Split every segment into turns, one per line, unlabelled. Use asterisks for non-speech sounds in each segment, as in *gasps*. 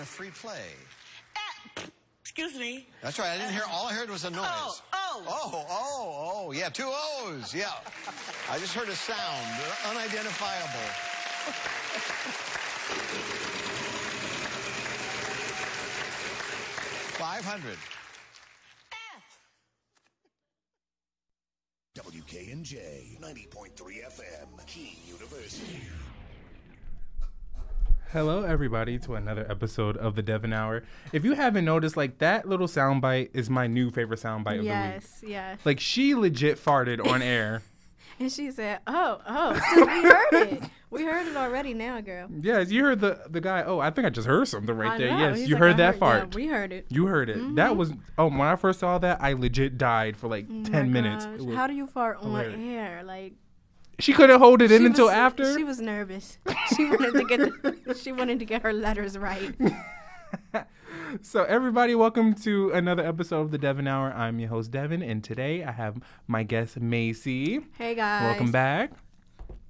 of free play.
Ah, excuse me.
That's right. I didn't hear. All I heard was a noise.
Oh, oh.
Oh, oh, oh. Yeah, two O's. Yeah. I just heard a sound, unidentifiable. Five hundred.
WKNJ 90.3 FM, Key University.
Hello, everybody, to another episode of the Devon Hour. If you haven't noticed, like that little soundbite is my new favorite soundbite of the week.
Yes, yes.
Like she legit farted
*laughs*
on air.
And she said, "Oh, oh, so we heard it. We heard it already now, girl."
yes, you heard the the guy. Oh, I think I just heard something right
I
there.
know.
Yes,
He's
you
like,
heard
"I
that
yeah,
fart.
we heard it.
you heard it. That was oh when I first saw that I legit died for like ten
Oh my
minutes.
gosh,
It was-
How do you fart on
hilarious.
air? Like
she couldn't hold it in
she
until
was-
after.
She was nervous. *laughs* She wanted to get the, she wanted to get her letters right.
So, everybody, welcome to another episode of the Devin Hour. I'm your host, Devin, and today I have my guest, Macy.
Hey guys,
Welcome back.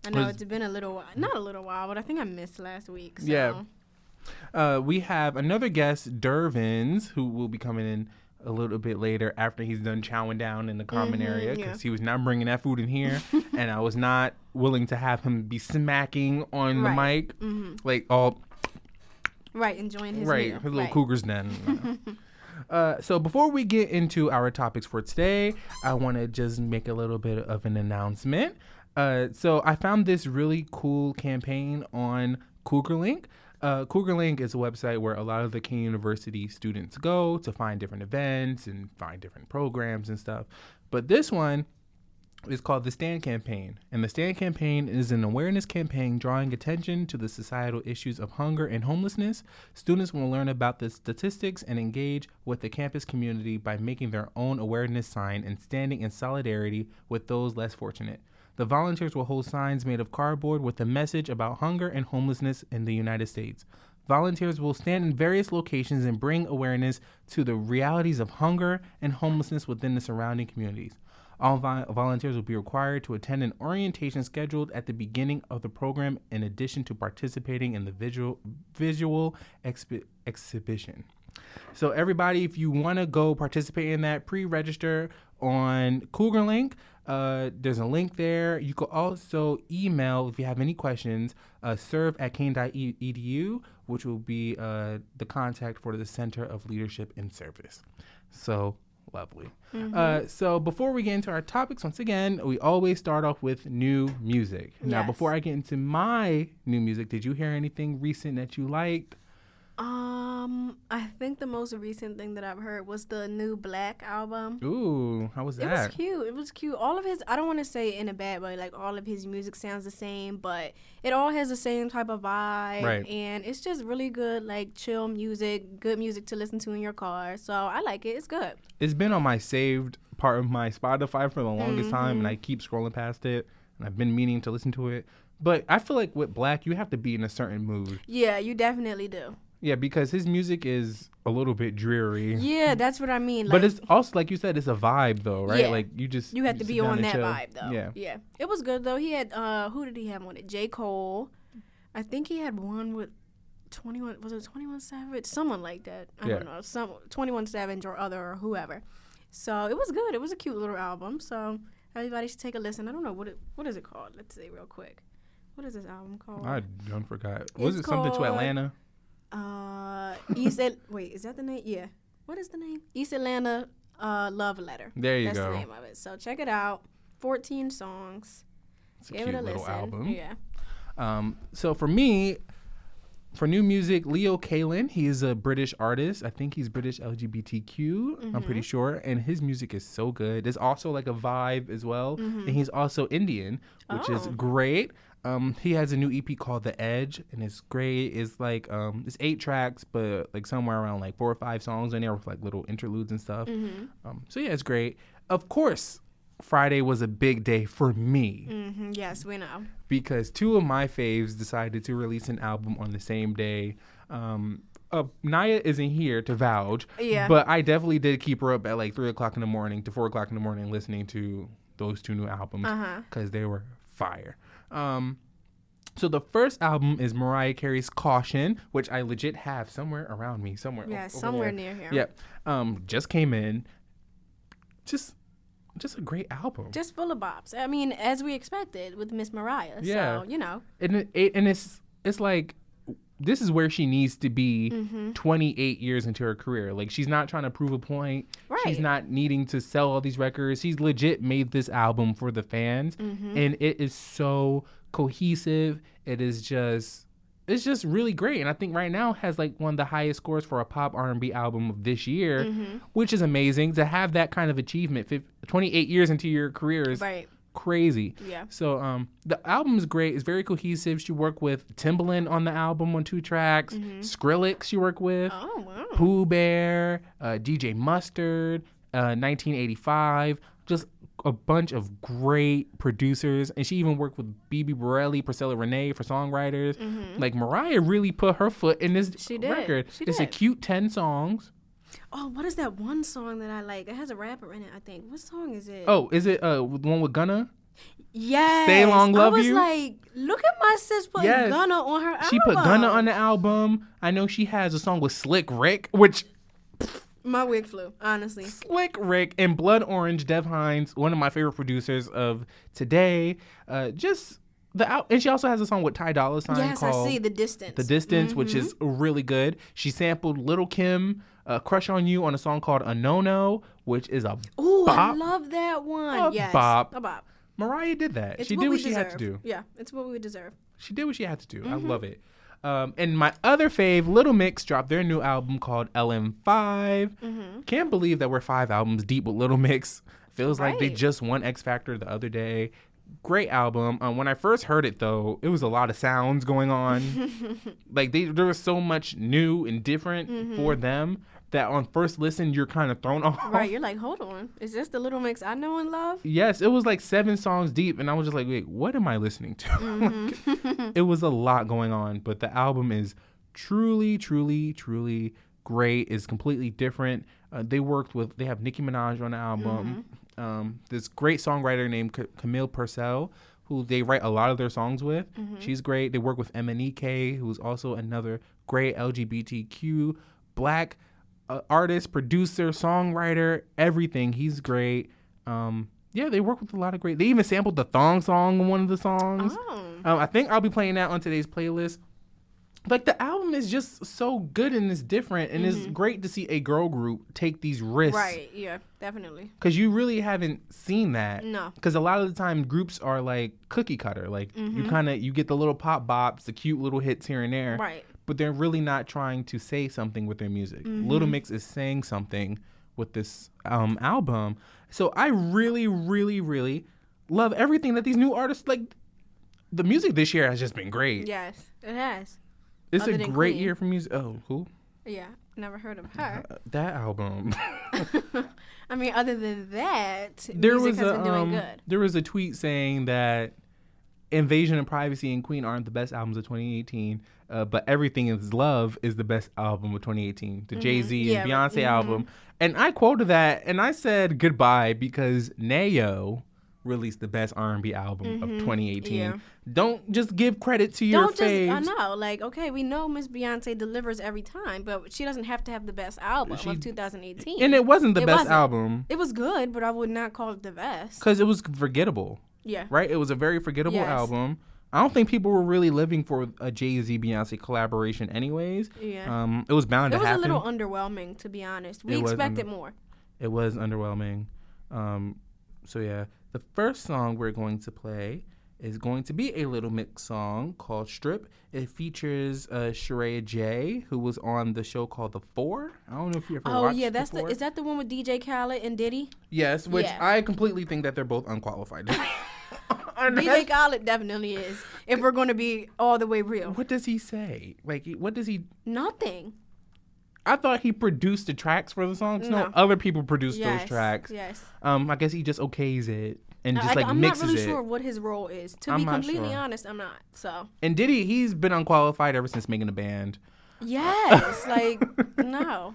I know
Was-
it's been a little while, not a little while, but I think I missed last week. So.
Yeah. Uh, we have another guest, Dervins, who will be coming in a little bit later after he's done chowing down in the common area
Mm-hmm, yeah.
because he was not bringing that food in
*laughs*
here, and I was not willing to have him be smacking on the
Right. Mm-hmm.
mic like all
right, enjoying his
right,
meal.
her little cougar's den.
*laughs*
Uh, so before we get into our topics for today, I want to just make a little bit of an announcement. Uh, so I found this really cool campaign on CougarLink. Uh, CougarLink is a website where a lot of the King University students go to find different events and find different programs and stuff. But this one is called the Stand Campaign, and the Stand Campaign is an awareness campaign drawing attention to the societal issues of hunger and homelessness. Students will learn about the statistics and engage with the campus community by making their own awareness sign and standing in solidarity with those less fortunate. The volunteers will hold signs made of cardboard with a message about hunger and homelessness in the United States. Volunteers will stand in various locations and bring awareness to the realities of hunger and homelessness within the surrounding communities. All vi- volunteers will be required to attend an orientation scheduled at the beginning of the program, in addition to participating in the visual visual expi- exhibition. So, everybody, if you want to go participate in that, pre-register on Cougar Link. Uh, there's a link there. You could also email if you have any questions. Uh, serve at kane.edu, which will be uh, the contact for the Center of Leadership and Service. So lovely. Uh, so before we get into our topics, once again, we always start off with new music. Now,
Yes.
before I get into my new music, did you hear anything recent that you liked?
Um, I think the most recent thing that I've heard was the new Black album.
Ooh, how was
It
that?
was cute. It was cute. All of his, I don't want to say in a bad way, like all of his music sounds the same, but it all has the same type of vibe.
Right.
And it's just really good, like chill music, good music to listen to in your car. So I like it. It's good.
It's been on my saved part of my Spotify for the longest time, and
Mm-hmm.
I keep scrolling past it, and I've been meaning to listen to it. But I feel like with Black, you have to be in a certain mood.
Yeah, you definitely do.
Yeah, because his music is a little bit dreary.
Yeah, that's what I mean. Like,
But it's also like you said, it's a vibe though, right?
Yeah.
Like you just
you have to
sit
be
down
on
and
that
chill.
vibe though.
Yeah.
Yeah. It was good though. He had uh who did he have on it? J. Cole. I think he had one with twenty one was it twenty one Savage? Someone like that. I
Yeah.
don't know. Some twenty one Savage or other or whoever. So it was good. It was a cute little album. So everybody should take a listen. I don't know what it what is it called? Let's see real quick. What is this album called?
I don't forgot. Was it
It's
something to
called-
Atlanta?
Uh East At- wait, is that the name? Yeah. What is the name? East Atlanta uh Love Letter.
There you
That's
go.
the name of it. So check it out. Fourteen songs.
It's a
Give
cute
it a
little
listen.
album.
Yeah.
Um, so for me, for new music, Leo Kalin, he is a British artist. I think he's British LGBTQ. I'm pretty sure, and his music is so good. There's also like a vibe as well, and he's also Indian, which is
Oh.
great. Um, he has a new EP called The Edge, and it's great. It's like um, it's eight tracks, but like somewhere around like four or five songs in there with like little interludes and stuff. Um, so yeah, it's great. Of course, Friday was a big day for me
hmm Yes, we know.
because two of my faves decided to release an album on the same day. Um, uh, Naya isn't here to vouch,
Yeah.
but I definitely did keep her up at like three o'clock in the morning to four o'clock in the morning
Uh-huh.
listening to those two new albums because they were fire. Um, So the first album is Mariah Carey's Caution, which I legit have somewhere around me, somewhere. o-
Yeah,
over
somewhere
there.
near here.
Yep. Um, just came in. Just, just a great album.
Just full of bops. I mean, as we expected with Miss Mariah.
Yeah.
So, you know.
and it, it and it's it's like this is where she needs to be
Mm-hmm.
28 years into her career like she's not trying to prove a point she's
Right.
not needing to sell all these records she's legit made this album for the fans
Mm-hmm.
and it is so cohesive it is just it's just really great and i think right now has like one of the highest scores for a pop r&b album of this year
Mm-hmm.
which is amazing to have that kind of achievement fif- 28 years into your career is
Right.
crazy.
Yeah.
So um, the album is great. It's very cohesive. She worked with Timbaland on the album on two tracks. Skrillex she worked with.
Mm-hmm. Oh, wow.
Pooh Bear, uh, DJ Mustard, uh, 1985. Just a bunch of great producers, and she even worked with BB Borelli, Priscilla Renee for songwriters. Like Mariah really put her foot in this
Mm-hmm. She did.
record.
She
it's a
did.
cute ten songs.
Oh, what is that one song that I like? It has a rapper in it, I think. What song is it?
Oh, is it uh, the one with Gunna?
yes.
Long Love
I was
You?
like, look at my sis putting
Yes.
Gunna on her album.
She put
Oh.
Gunna on the album. I know she has a song with Slick Rick, which
My wig flew, honestly.
Slick Rick and Blood Orange, Dev Hines, one of my favorite producers of today. Uh, just the out, and she also has a song with Ty Dolla Sign
Yes, I
called
see. Mm-hmm. The distance.
"The Distance," which is really good. She sampled Little Kim, uh, "Crush on You" on a song called "Anono," which is a
Ooh, I
bop.
love that one.
A
yes.
bop.
A bop.
Mariah did that.
It's
she
what
did
we
what she
deserve.
had to do.
Yeah, it's what we deserve.
She did what she had to do. I
Mm-hmm.
love it. Um, and my other fave, Little Mix, dropped their new album called LM5.
Mm-hmm.
Can't believe that we're five albums deep with Little Mix. Feels like they
Right.
just won X Factor the other day. Great album. Um, when I first heard it, though, it was a lot of sounds going on.
*laughs*
like they, there was so much new and different
Mm-hmm.
for them that on first listen you're kind of thrown *laughs* off.
Right, you're like, hold on. Is this the little mix I know and love?
Oh. Yes, it was like seven songs deep, and I was just like, wait, what am I listening to? *laughs*
Mm-hmm.
Like, it was a lot going on, but the album is truly, truly, truly great. It's completely different. Uh, they worked with, they have Nicki Minaj on the album, um, this great songwriter named C- Camille Purcell, who they write a lot of their songs with. She's great. They work with MNEK, who's also another great LGBTQ black uh, artist, producer, songwriter, everything. He's great. Um, yeah, they work with a lot of great. They even sampled the thong song in one of the songs.
Oh.
Um, I think I'll be playing that on today's playlist. Like the album is just so good and it's different, and it's great to see a girl group take these risks
*laughs* Right, yeah, definitely.
because you really haven't seen that.
No.
Because a lot of the time groups are like cookie cutter, like
Mm-hmm.
you kind of you get the little pop bops, the cute little hits here and there,
Right.
But they're really not trying to say something with their music.
Mm-hmm.
Little Mix is saying something with this um, album, so I really, really, really love everything that these new artists like. The music this year has just been great.
Yes, it has.
it's
other
a
than
great
Queen.
year for music. Oh, who? Uh,
Yeah, never heard of her.
That album. *laughs*
I mean, other than that,
there
music
was
has
a
been doing
um,
good.
there was a tweet saying that Invasion of Privacy and Queen aren't the best albums of 2018, uh, but Everything Is Love is the best album of 2018, the Jay Z and
Mm-hmm. Yeah, mm-hmm.
Beyonce album. And I quoted that and I said goodbye because Nayo released the best R&B album of 2018.
Mm-hmm. yeah.
Don't just give credit to your
Don't just, I
faves.
know, like, okay, we know Miss Beyonce delivers every time, but she doesn't have to have the best album
She-
of 2018.
and it wasn't the
It
best
wasn't.
album
It was good, but I would not call it the best.
because it was forgettable.
Yeah.
right? It was a very forgettable
Yes.
album. I don't think people were really living for a Jay Z Beyonce collaboration, anyways.
Yeah.
Um, it was bound
It
to
was
happen.
a little underwhelming, to be honest. We
It was
expected
under-
more.
It was underwhelming. Um, so yeah, the first song we're going to play is going to be a Little Mix song called "Strip." It features uh, Sherea J, who was on the show called The Four. I don't know if you ever
Oh
watched
yeah, that's
the, Four.
the is that the one with DJ Khaled and
*laughs*
Diddy?
yes, which
Yeah.
I completely think that they're both
*laughs*
unqualified. *laughs*
DJ Khaled definitely is. If we're going to be all the way real,
what does he say? Like, what does he?
nothing.
I thought he produced the tracks for the songs. No,
No.
other people produced
Yes,
those tracks.
yes.
Um, I guess he just okays it and just
I,
like
am not
mixes
really
it.
sure what his role is. To
I'm
be
not
completely
sure.
honest, I'm not. So
And Diddy, he's been unqualified ever since making the band. *laughs*
yes, *laughs* like no.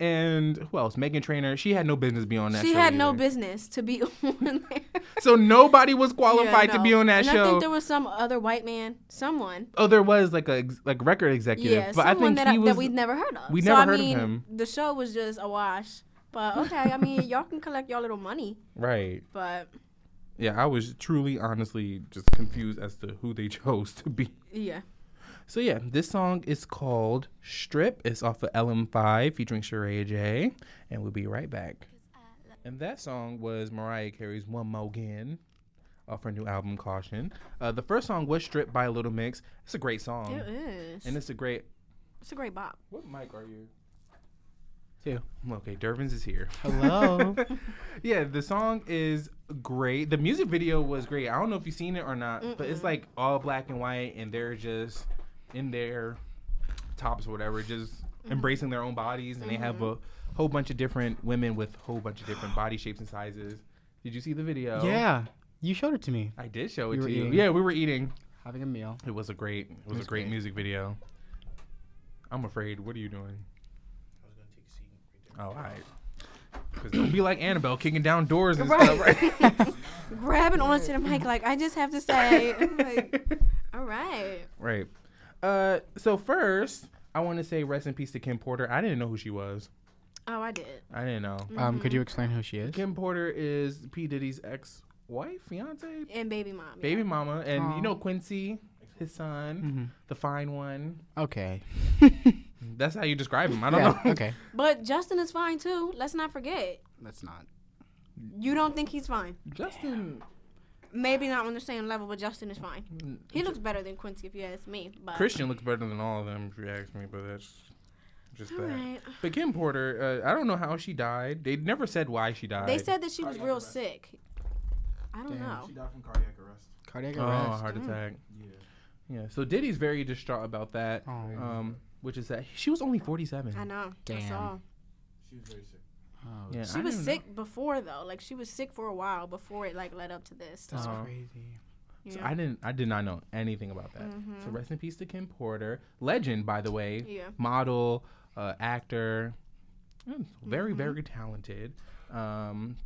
and who else? Megan Trainor. She had no business being on that.
She
show
had no
either.
business to be *laughs* on there.
So nobody was
*laughs* Yeah,
qualified to
no.
be on that
and
show.
I think there was some other white man, someone.
oh, there was like a ex- like record executive,
Yeah,
but I
someone
think
that,
he
I,
was.
that we'd never heard of.
we
so,
never
I
heard of
mean,
him.
The show was just a wash.
*laughs*
But okay, I mean, y'all can collect y'all little money,
right.
but
Yeah, I was truly, honestly, just confused as to who they *laughs* chose to be.
yeah.
So yeah, this song is called "Strip." It's off of LM5 featuring Sheree J, and we'll be right back. And that song was Mariah Carey's "One More Again" off her new album Caution. Uh, the first song was "Strip" by Little Mix. It's a great song,
It is.
Mm. and it's a great.
It's a
*laughs*
great bop.
What mic are you? Two. Okay, Dervins is here.
Hello.
*laughs* Yeah, the song is great. The music video was great. I don't know if you've seen it or not, but it's like all black and white, and they're just in their tops or whatever, just
Mm-hmm.
embracing their own bodies, and they have a whole bunch of different women with a whole bunch of
*gasps*
different body shapes and sizes. Did you see the video?
yeah, you showed it to me.
I did show it
You
to
were
you.
eating.
Yeah, we were eating.
Having a meal.
It was a great. It was, a great,
great.
music video. I'm afraid. What are you doing? I was gonna take a seat. Oh, all right. Because don't be like Annabelle kicking down doors and stuff. Right?
*laughs* Grabbing onto the mic, like, I just have to say. I'm like,
*laughs*
all right.
Right. Uh, so first, I want to say rest in peace to Kim Porter. I didn't know who she was.
Oh, I did.
I didn't know.
Um,
Mm-hmm.
could you explain who she is?
Kim Porter is P Diddy's ex-wife, fiance,
And Baby Mom. yeah.
baby mama, and
Aw.
you know Quincy, his son, the fine one.
*laughs*
Okay.
That's how you describe him. I don't
Yeah.
know. *laughs*
Okay.
But Justin is fine too. Let's not forget.
That's not.
You don't think he's fine.
Justin
Maybe not on the same level, but Justin is fine.
Mm,
He looks better than Quincy if you ask me. But
Christian looks better than all of them, if you ask me. But that's just that.
Alright.
But Kim Porter, uh, I don't know how she died. They never said why she died.
They said that she was real sick. I don't know.
She died from cardiac arrest.
Cardiac
Oh,
arrest.
heart attack.
Yeah.
Yeah. So Diddy's very distraught about that.
Oh.
Um, which is that she was only 47.
I know. I
Damn.
saw.
She was very sick.
Oh,
Yeah,
She
I
was
didn't know.
sick before though. Like she was sick for a while before it like led up to this. So,
That's
Oh.
crazy.
yeah.
So I didn't. I did not know anything about that.
Mm-hmm.
So rest in peace to Kim Porter, legend by the way,
Yeah.
model, uh, actor, Mm,
Mm-hmm.
very very talented. Um,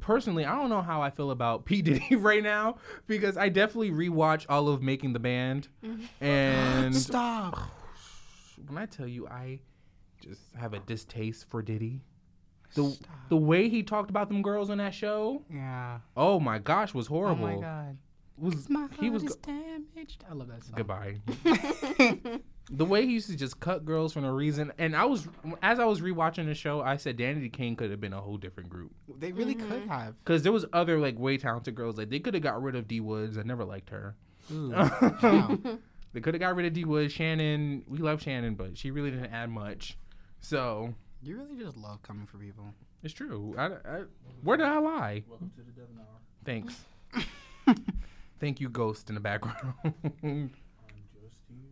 personally, I don't know how I feel about *laughs* P Diddy right now because I definitely rewatch all of Making the Band,
Mm-hmm.
and
*laughs* Stop.
when I tell you I just have a distaste for Diddy. The, the way he talked about them girls on that show,
Yeah.
oh my gosh, was
Oh
horrible.
my god.
Was
My
he was
is
go-
damaged. I love that song.
goodbye. the way he used to just cut girls for no reason, and I was as I was rewatching the show, I said Danny Kane could have been a whole different group
They really
Mm-hmm.
could have.
because there was other like way talented girls like they could have got rid of D Woods. I never liked her. *laughs*
Ooh. Wow.
They could have got rid of D Woods. Shannon, we love Shannon, but she really didn't add much. So
You really just love coming for people.
it's true. I, I, where did I lie?
Welcome to the Devon Hour.
*laughs*
Thanks. Thank you, Ghost, in the
*laughs*
background.
I'm just here.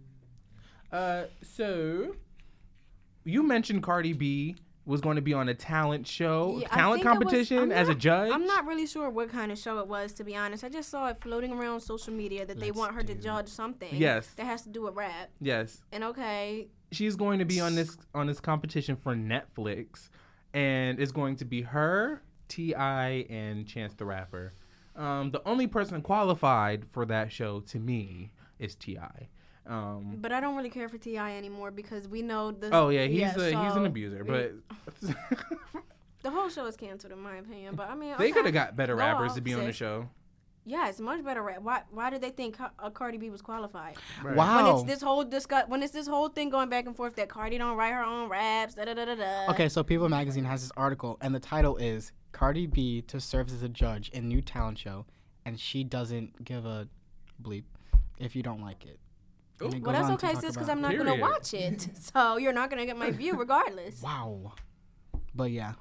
Uh, so you mentioned Cardi B was going to be on a talent show,
Yeah, I
talent
think it was-
competition
I'm
as a
not-
judge.
I'm not really sure what kind of show it was, to be honest. I just saw it floating around social media that they want her to judge something
Yes.
that has to do with rap.
Yes,
And okay,
she's going to be on this on this competition for Netflix, and it's going to be her, Ti, and Chance the Rapper. Um, the only person qualified for that show to me is Ti. Um,
but I don't really care for Ti anymore because we know the.
oh yeah, he's a, he's
so
an abuser, but *laughs*
the whole show is canceled in my opinion. But I mean,
they
okay.
could have got better
Go
rappers
off,
to be on the
sis.
show.
Yeah, it's much better. Rap. Why? Why did they think Ca- uh, Cardi B was qualified?
Wow.
Oh.
When it's this whole discuss, when it's this whole thing going back and forth that Cardi don't write her own raps, da da da da da.
Okay, so People Magazine has this article, and the title is Cardi B to serve as a judge in new talent show, and she doesn't give a bleep if you don't like it. And it
Well,
goes
that's
on to
okay,
talk
sis, because
about-
I'm not gonna
Period.
watch it. *laughs* so you're not gonna get my
*laughs*
view regardless.
Wow. But yeah,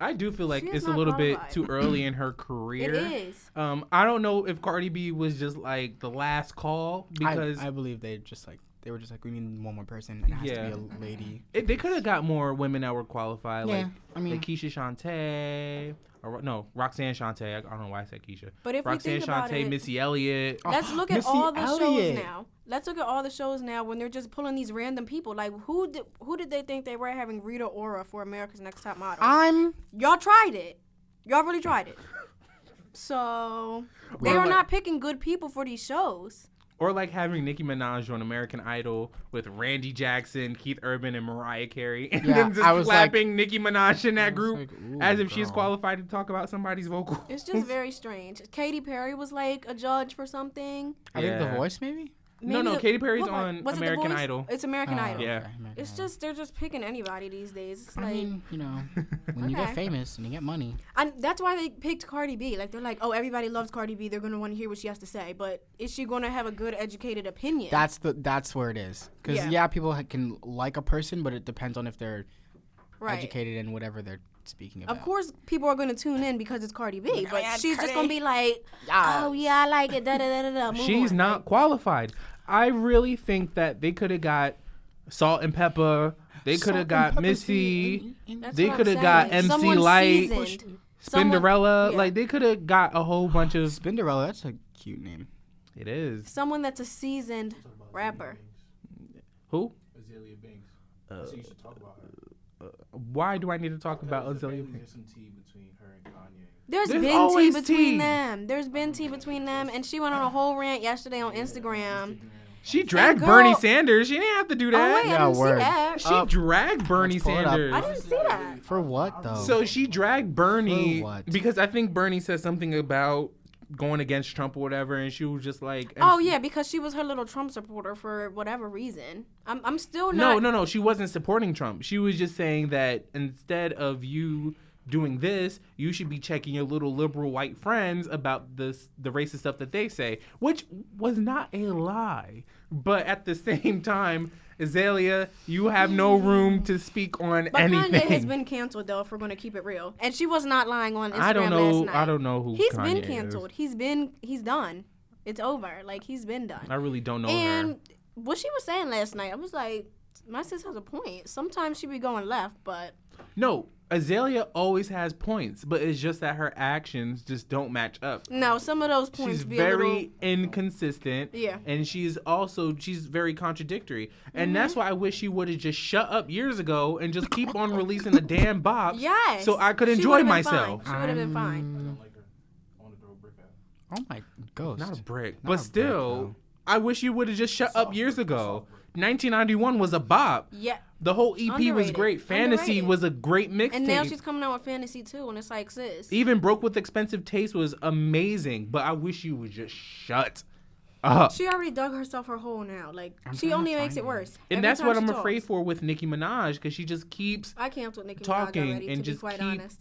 I do feel like
She is
it's a
not
little bit
qualified.
too early in her career.
It is.
Um, I don't know if Cardi B was just like the last call because
I, I believe they just like they were just like we need one more person, and it has
Yeah.
to be a lady.
it, they could have got more women that were qualified, like
Yeah, I mean-
like Keisha Shantae or Ro- no Roxanne Shantae. I, I don't know why I said Keisha.
But if we
Roxanne
think about
Shantae,
it-
Oh.
Missy Elliott.
Let's look at
Missy
all the
Elliott.
shows now. let's look at all the shows now when they're just pulling these random people. Like who did who did they think they were having Rita Ora for America's Next Top Model?
I'm
Y'all tried it. Y'all really tried it.
*laughs*
So they are not picking good people for these shows.
Or like having Nicki Minaj on American Idol with Randy Jackson, Keith Urban, and Mariah Carey, *laughs* and
Yeah,
then just
I was like-
slapping Nicki Minaj in that group
like, ooh,
as if she's
girl.
qualified to talk about somebody's vocal.
It's
*laughs*
just very strange. Katy Perry was like a judge for something.
I think
Yeah.
the voice maybe.
No, no,
the-
Katy Perry's
what was-
on
was it The
American
Voice?
Idol. Uh,
It's American
Oh,
Idol.
Yeah.
okay, American
It's
Idol.
just they're just picking anybody these days. It's
I
like
mean, you
*laughs*
know, when you
Okay.
get famous and you get money,
and that's why they picked Cardi B. Like they're like, oh, everybody loves Cardi B. They're gonna want to hear what she has to say. But is she gonna have a good educated opinion?
that's the that's where it is. Because
Yeah.
yeah. people ha- can like a person, but it depends on if they're
right.
educated in whatever they're speaking about.
Of course, people are gonna tune in because it's Cardi B. But she's just gonna be like, oh
Yes.
yeah, I like it. Da da da da da. move
She's
on.
not qualified. I really think that they could have got Salt and Pepper. They could have got Missy.
That's
They
what I'm
coulda got
saying.
MC
Someone
Lyte.
seasoned. Someone-
Spinderella,
yeah.
like they could have got a whole bunch of.
Spinderella, that's a cute name.
It is
someone that's a seasoned rapper.
who?
Azalea Banks. I said you should talk about her.
Why do I need to talk about
There's
Azalea?
apparently There's some tea between her and Kanye.
There's,
There's
been tea
always
between
tea.
them. There's been tea between them, and she went on a whole rant yesterday on Instagram.
She dragged
girl-
Bernie Sanders. She didn't have to do
Oh
that. Oh.
wait,
Yeah,
I didn't
word.
see that.
She dragged Bernie
pull it up.
Sanders.
I didn't see that.
For what though?
So she dragged Bernie
For what?
because I think Bernie said something about going against Trump or whatever, and she was just like,
Oh yeah, because she was her little Trump supporter for whatever reason. I'm I'm still
No,
not.
no, no. She wasn't supporting Trump. She was just saying that instead of you doing this, you should be checking your little liberal white friends about this the racist stuff that they say, which was not a lie. But at the *laughs* same time, Azalea, you have no room to speak on
But
anything.
Kanye has been canceled though. If we're gonna keep it real, and she was not lying on Instagram
I don't know.
last night.
I don't know who
He's
Kanye
been
is.
canceled. He's been he's done. It's over. Like he's been done.
I really don't know her.
And what she was saying last night, I was like, my sis has a point. Sometimes she be going left, but
No, Azalea always has points, but it's just that her actions just don't match up.
no, some of those points
She's
be
very
a little.
inconsistent.
Yeah. Mm-hmm.
And she's also she's very contradictory. And that's why I wish she would have just shut up years ago and just keep on releasing the damn bops.
Yes.
So I could
She
enjoy
would've been
myself.
Fine. She would have been fine.
I don't like her. I want to throw a brick at her.
oh my ghost.
Not a brick.
a
but
brick,
still,
though.
I wish you would have just shut up years ago. 1991 was a bop.
Yeah.
The whole EP was
Underrated.
great. Fantasy
Underrated.
was a great mixtape.
And now she's coming out with fantasy too, and it's like sis.
Even Broke with Expensive Taste was amazing, but I wish you would just shut up.
She already dug herself her hole now. Like she only makes it worse.
and
Every
that's
time
what
she
I'm
talks.
afraid for with Nicki Minaj because she just keeps
I canceled Nicki
Talking
Minaj already,
and
to
just
be quite
keep-
honest.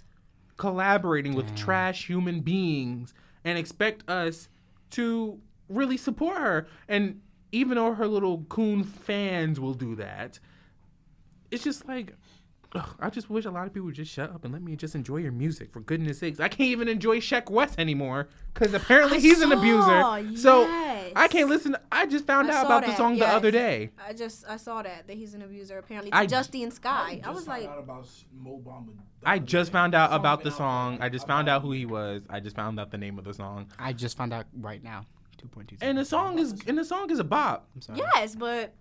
collaborating with trash human beings and expect us to really support her. And even though her little coon fans will do that, it's just like. ugh, I just wish a lot of people would just shut up and let me just enjoy your music. For goodness sakes, I can't even enjoy Sheck West anymore because apparently
I
he's an
saw,
abuser. So I
yes.
can't listen. I just found
I
out
saw
about the
that,
song the
yes.
other day.
I just I saw that that he's an abuser apparently.
I-
To Justine Sky, I
Just
was
found
like,
out about S- Mo Bamba the
I
other
just
day.
found out about
been
the
out
song.
for
I just
about
found
a
out who
year.
he was. I just found out the name of the song.
I just found out right now. Two point two.
And the song is and the song is a bop.
I'm sorry.
yes, but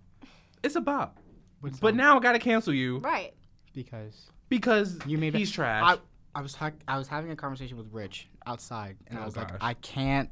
It's a bop.
What's
But
up?
now I gotta cancel you
right.
because
because
You made
he's
it-
trash.
I, I was ha- I was having a conversation with Rich outside, and
Oh,
I was
gosh.
like, I can't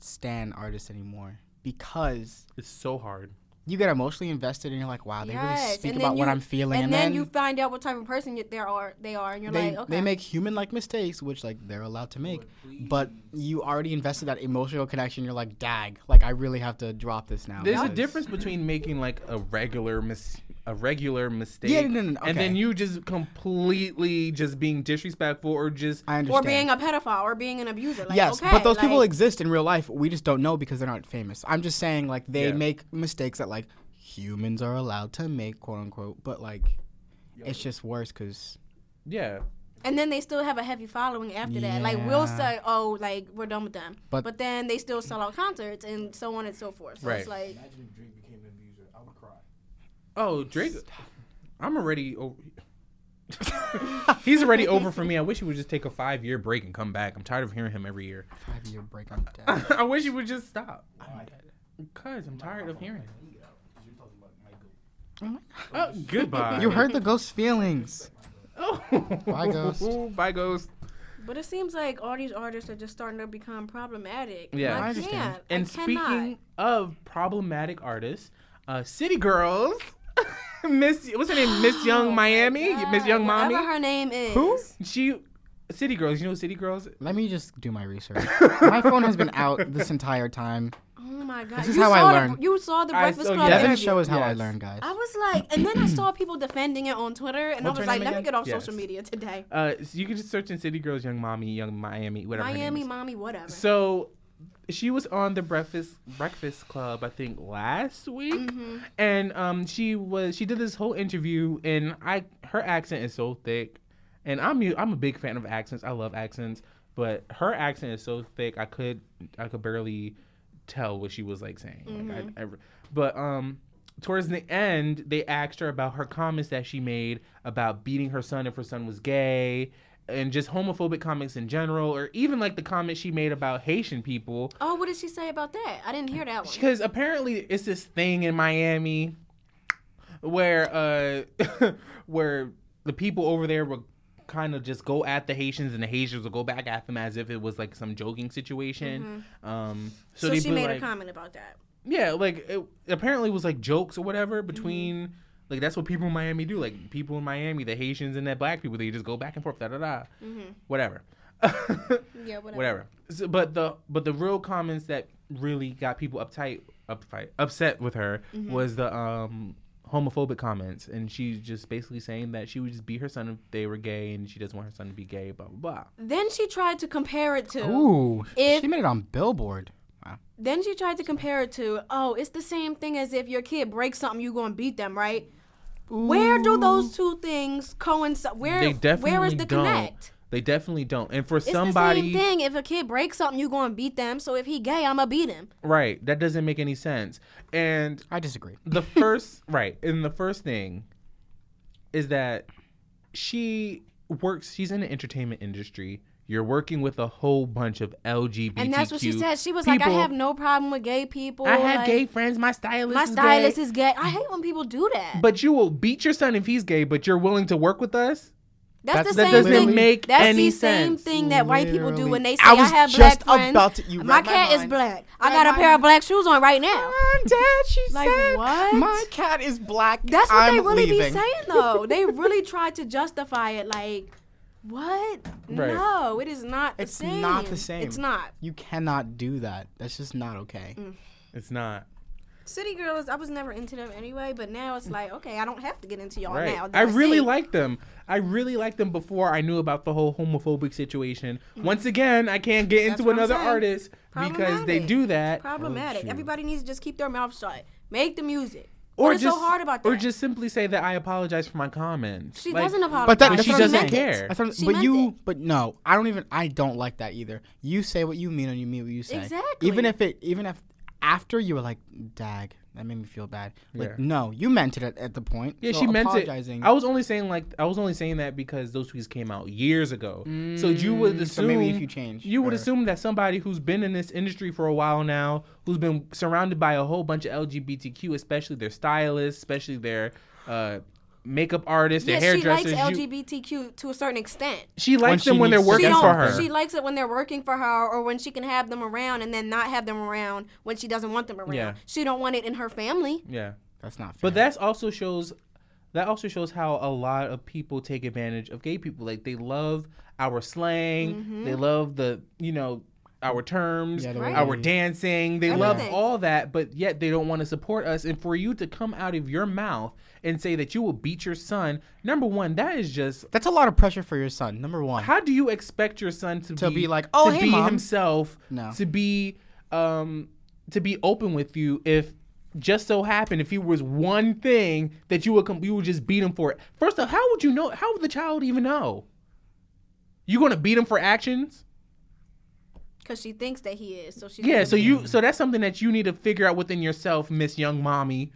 stand artists anymore because
it's so hard.
you get emotionally invested, and you're like, wow, they really
Yes,
speak
and
about
then
what
you-
I'm feeling,
And,
and,
then, you find out what type of person you, they are. They are, and you're
they
like, okay.
they make human like mistakes, which like they're allowed to make, but you already invested that emotional connection. You're like, dag, like I really have to drop this now.
There's a
because-
difference between making like a regular mis- a regular mistake
Yeah, no, no, no,
and then
okay.
you just completely just being disrespectful or just
I
or
understand.
being a pedophile, or being an abuser. Like,
yes,
okay,
but those people
like-
exist in real life. We just don't know because they're not famous. I'm just saying, like, they
Yeah.
make mistakes that, like, humans are allowed to make, quote unquote, but, like, it's just worse because.
yeah.
And then they still have a heavy following after that. Like we'll
Yeah.
say, oh, like we're done with them. But,
But-
then they still sell out concerts and so on and so forth. So
Right.
it's like
Imagine if Drake became an abuser. I would cry.
Oh, Drake, I'm already over. *laughs* he's already over for me. I wish he would just take a five year break and come back. I'm tired of hearing him every year. *laughs*
Five year break, I'm dead.
Oh,
I wish he would just stop. Cause I'm tired of hearing it.
Let me get out because you're talking about Michael.
Oh, goodbye. *laughs*
You hurt the ghost's feelings.
Oh.
Bye, ghost.
Bye, ghost.
But it seems like all these artists are just starting to become problematic.
Yeah.
I,
I
understand.
can't.
And
I cannot.
speaking of problematic artists, uh, City Girls, *laughs* Miss what's her
*gasps*
name? Miss
Oh
Young Miami, Miss Young Mommy.
Whatever her name is.
Who? She, City Girls. You know City Girls?
Let me just do my
*laughs*
research. my phone has been out this entire *laughs* time.
Oh my God.
This is
you
how I
saw
learn.
The, you saw the
I
Breakfast
saw-
Club
yeah.
Devin's
interview.
show is how I
Yes.
learn, guys.
I was like, and then I saw people defending it on Twitter, and I was
What's her
like,
name
let me
again?
get off
Yes.
social media today.
Uh, so you can just search in City Girls, Young Mommy, Young Miami, whatever. her name
Miami,
is.
mommy, whatever.
So she was on the Breakfast Breakfast Club, I think, last week, and um, she was she did this whole interview, and I her accent is so thick, and I'm u- I'm a big fan of accents. I love accents, but her accent is so thick, I could I could barely tell what she was like saying. Like, I, I, but um. Towards the end, they asked her about her comments that she made about beating her son if her son was gay, and just homophobic comments in general, or even like the comments she made about Haitian people.
oh, what did she say about that? I didn't hear that one.
Because apparently it's this thing in Miami where uh *laughs* where the people over there will kind of just go at the Haitians and the Haitians will go back at them as if it was like some joking situation. Um so,
Mm-hmm. So,
they
she
put,
made
like,
a comment about that.
Yeah, like it apparently was like jokes or whatever between
Mm-hmm.
like that's what people in Miami do. Like people in Miami, the Haitians and the black people, they just go back and forth, da da da.
Mm-hmm. *laughs*
Whatever. *laughs*
Yeah, whatever.
whatever. So, but the but the real comments that really got people uptight, uptight, upset with her
Mm-hmm.
was the um homophobic comments, and she's just basically saying that she would just beat her son if they were gay, and she doesn't want her son to be gay, blah blah blah.
Then she tried to compare it to.
Ooh,
If-
she made it on Billboard. Wow.
Then she tried to compare it to. Oh, it's the same thing as if your kid breaks something, you gonna beat them, right? Where do those two things coincide? Where
They definitely
where is the
don't.
connect?
They definitely don't. And for
It's
somebody,
the same thing. If a kid breaks something, you gonna beat them. So if he gay, I'ma beat him.
right, that doesn't make any sense. And
I disagree.
the first *laughs* right and the first thing is that she works she's in the entertainment industry you're working with a whole bunch of lgbtq
And that's what she said. She was like, I
people.
have no problem with gay people.
I have
like,
gay friends my stylist
My
is
stylist
gay.
is gay. I hate when people do that.
but you will beat your son if he's gay but you're willing to work with us
that's,
that's-
the
that
same
doesn't
thing.
make
that's
any
the same
sense.
thing that white people do
Literally.
when they say
I
I,
was
have
just
black friends.
about to- you
my
read my
cat is
mind.
black. I got a pair of black shoes on right now.
I'm dead, she
Like, said. what?
My cat is black.
That's what they
I'm
really
leaving.
be saying though. they really try to justify it. Like, what?
Right.
No, it is not. The
It's
same.
not the same.
It's not. Mm-hmm.
You cannot do that. That's just not okay.
it's not
City girls, I was never into them anyway, but now it's like, okay, I don't have to get into y'all all
right
now.
i really
see.
like them i really liked them before i knew about the whole homophobic situation once again i can't get
That's
into
what I'm
another
saying.
artist because they
Problematic.
do that Oh,
problematic. Everybody needs to just keep their mouth shut. Make the music.
or
what is
just
so hard about that?
or just simply say that I apologize for my comments.
she
Like,
doesn't apologize.
But, that,
But
that's
she
what I'm
doesn't
saying.
care.
That's what I'm-
She
but
meant
you,
it.
but no, I don't even. I don't like that either. You say what you mean and you mean what you say.
Exactly.
Even if it, even if after you were like, "Dag, that made me feel bad." Like,
Yeah.
no, you meant it at, at the point.
Yeah,
so
she meant
apologizing.
it. I was only saying like I was only saying that because those tweets came out years ago. so you would
Mm, so
assume
maybe if you change,
you would
or-
assume that somebody who's been in this industry for a while now, who's been surrounded by a whole bunch of LGBTQ, especially their stylists, especially their uh, makeup artists,
yeah,
their
she likes
hairdressers. you-
LGBTQ to a certain extent.
she likes
she
them when they're
needs to
She,
working
get
for
don't,
her.
she likes it when they're working for her or when she can have them around and then not have them around when she doesn't want them around.
Yeah.
She don't want it in her family.
yeah.
That's not. Fair.
But that's also shows that also shows how a lot of people take advantage of gay people. Like they love our slang, they love the you know our terms,
Yeah, the
way
our
we-
dancing. They love
Everything.
all that, but yet they don't want to support us. And for you to come out of your mouth and say that you will beat your son, number one, that is just
that's a lot of pressure for your son. Number one.
how do you expect your son to,
To be like, "Oh,
to
hey,
be
Mom."
himself,
No.
to be um, to be open with you if just so happened if he was one thing that you would com- you would just beat him for it. First off, how would you know? How would the child even know? You gonna beat him for actions?
Because she thinks that he is. So she
Yeah. So
Mm.
you so that's something that you need to figure out within yourself, Miss Young Mommy.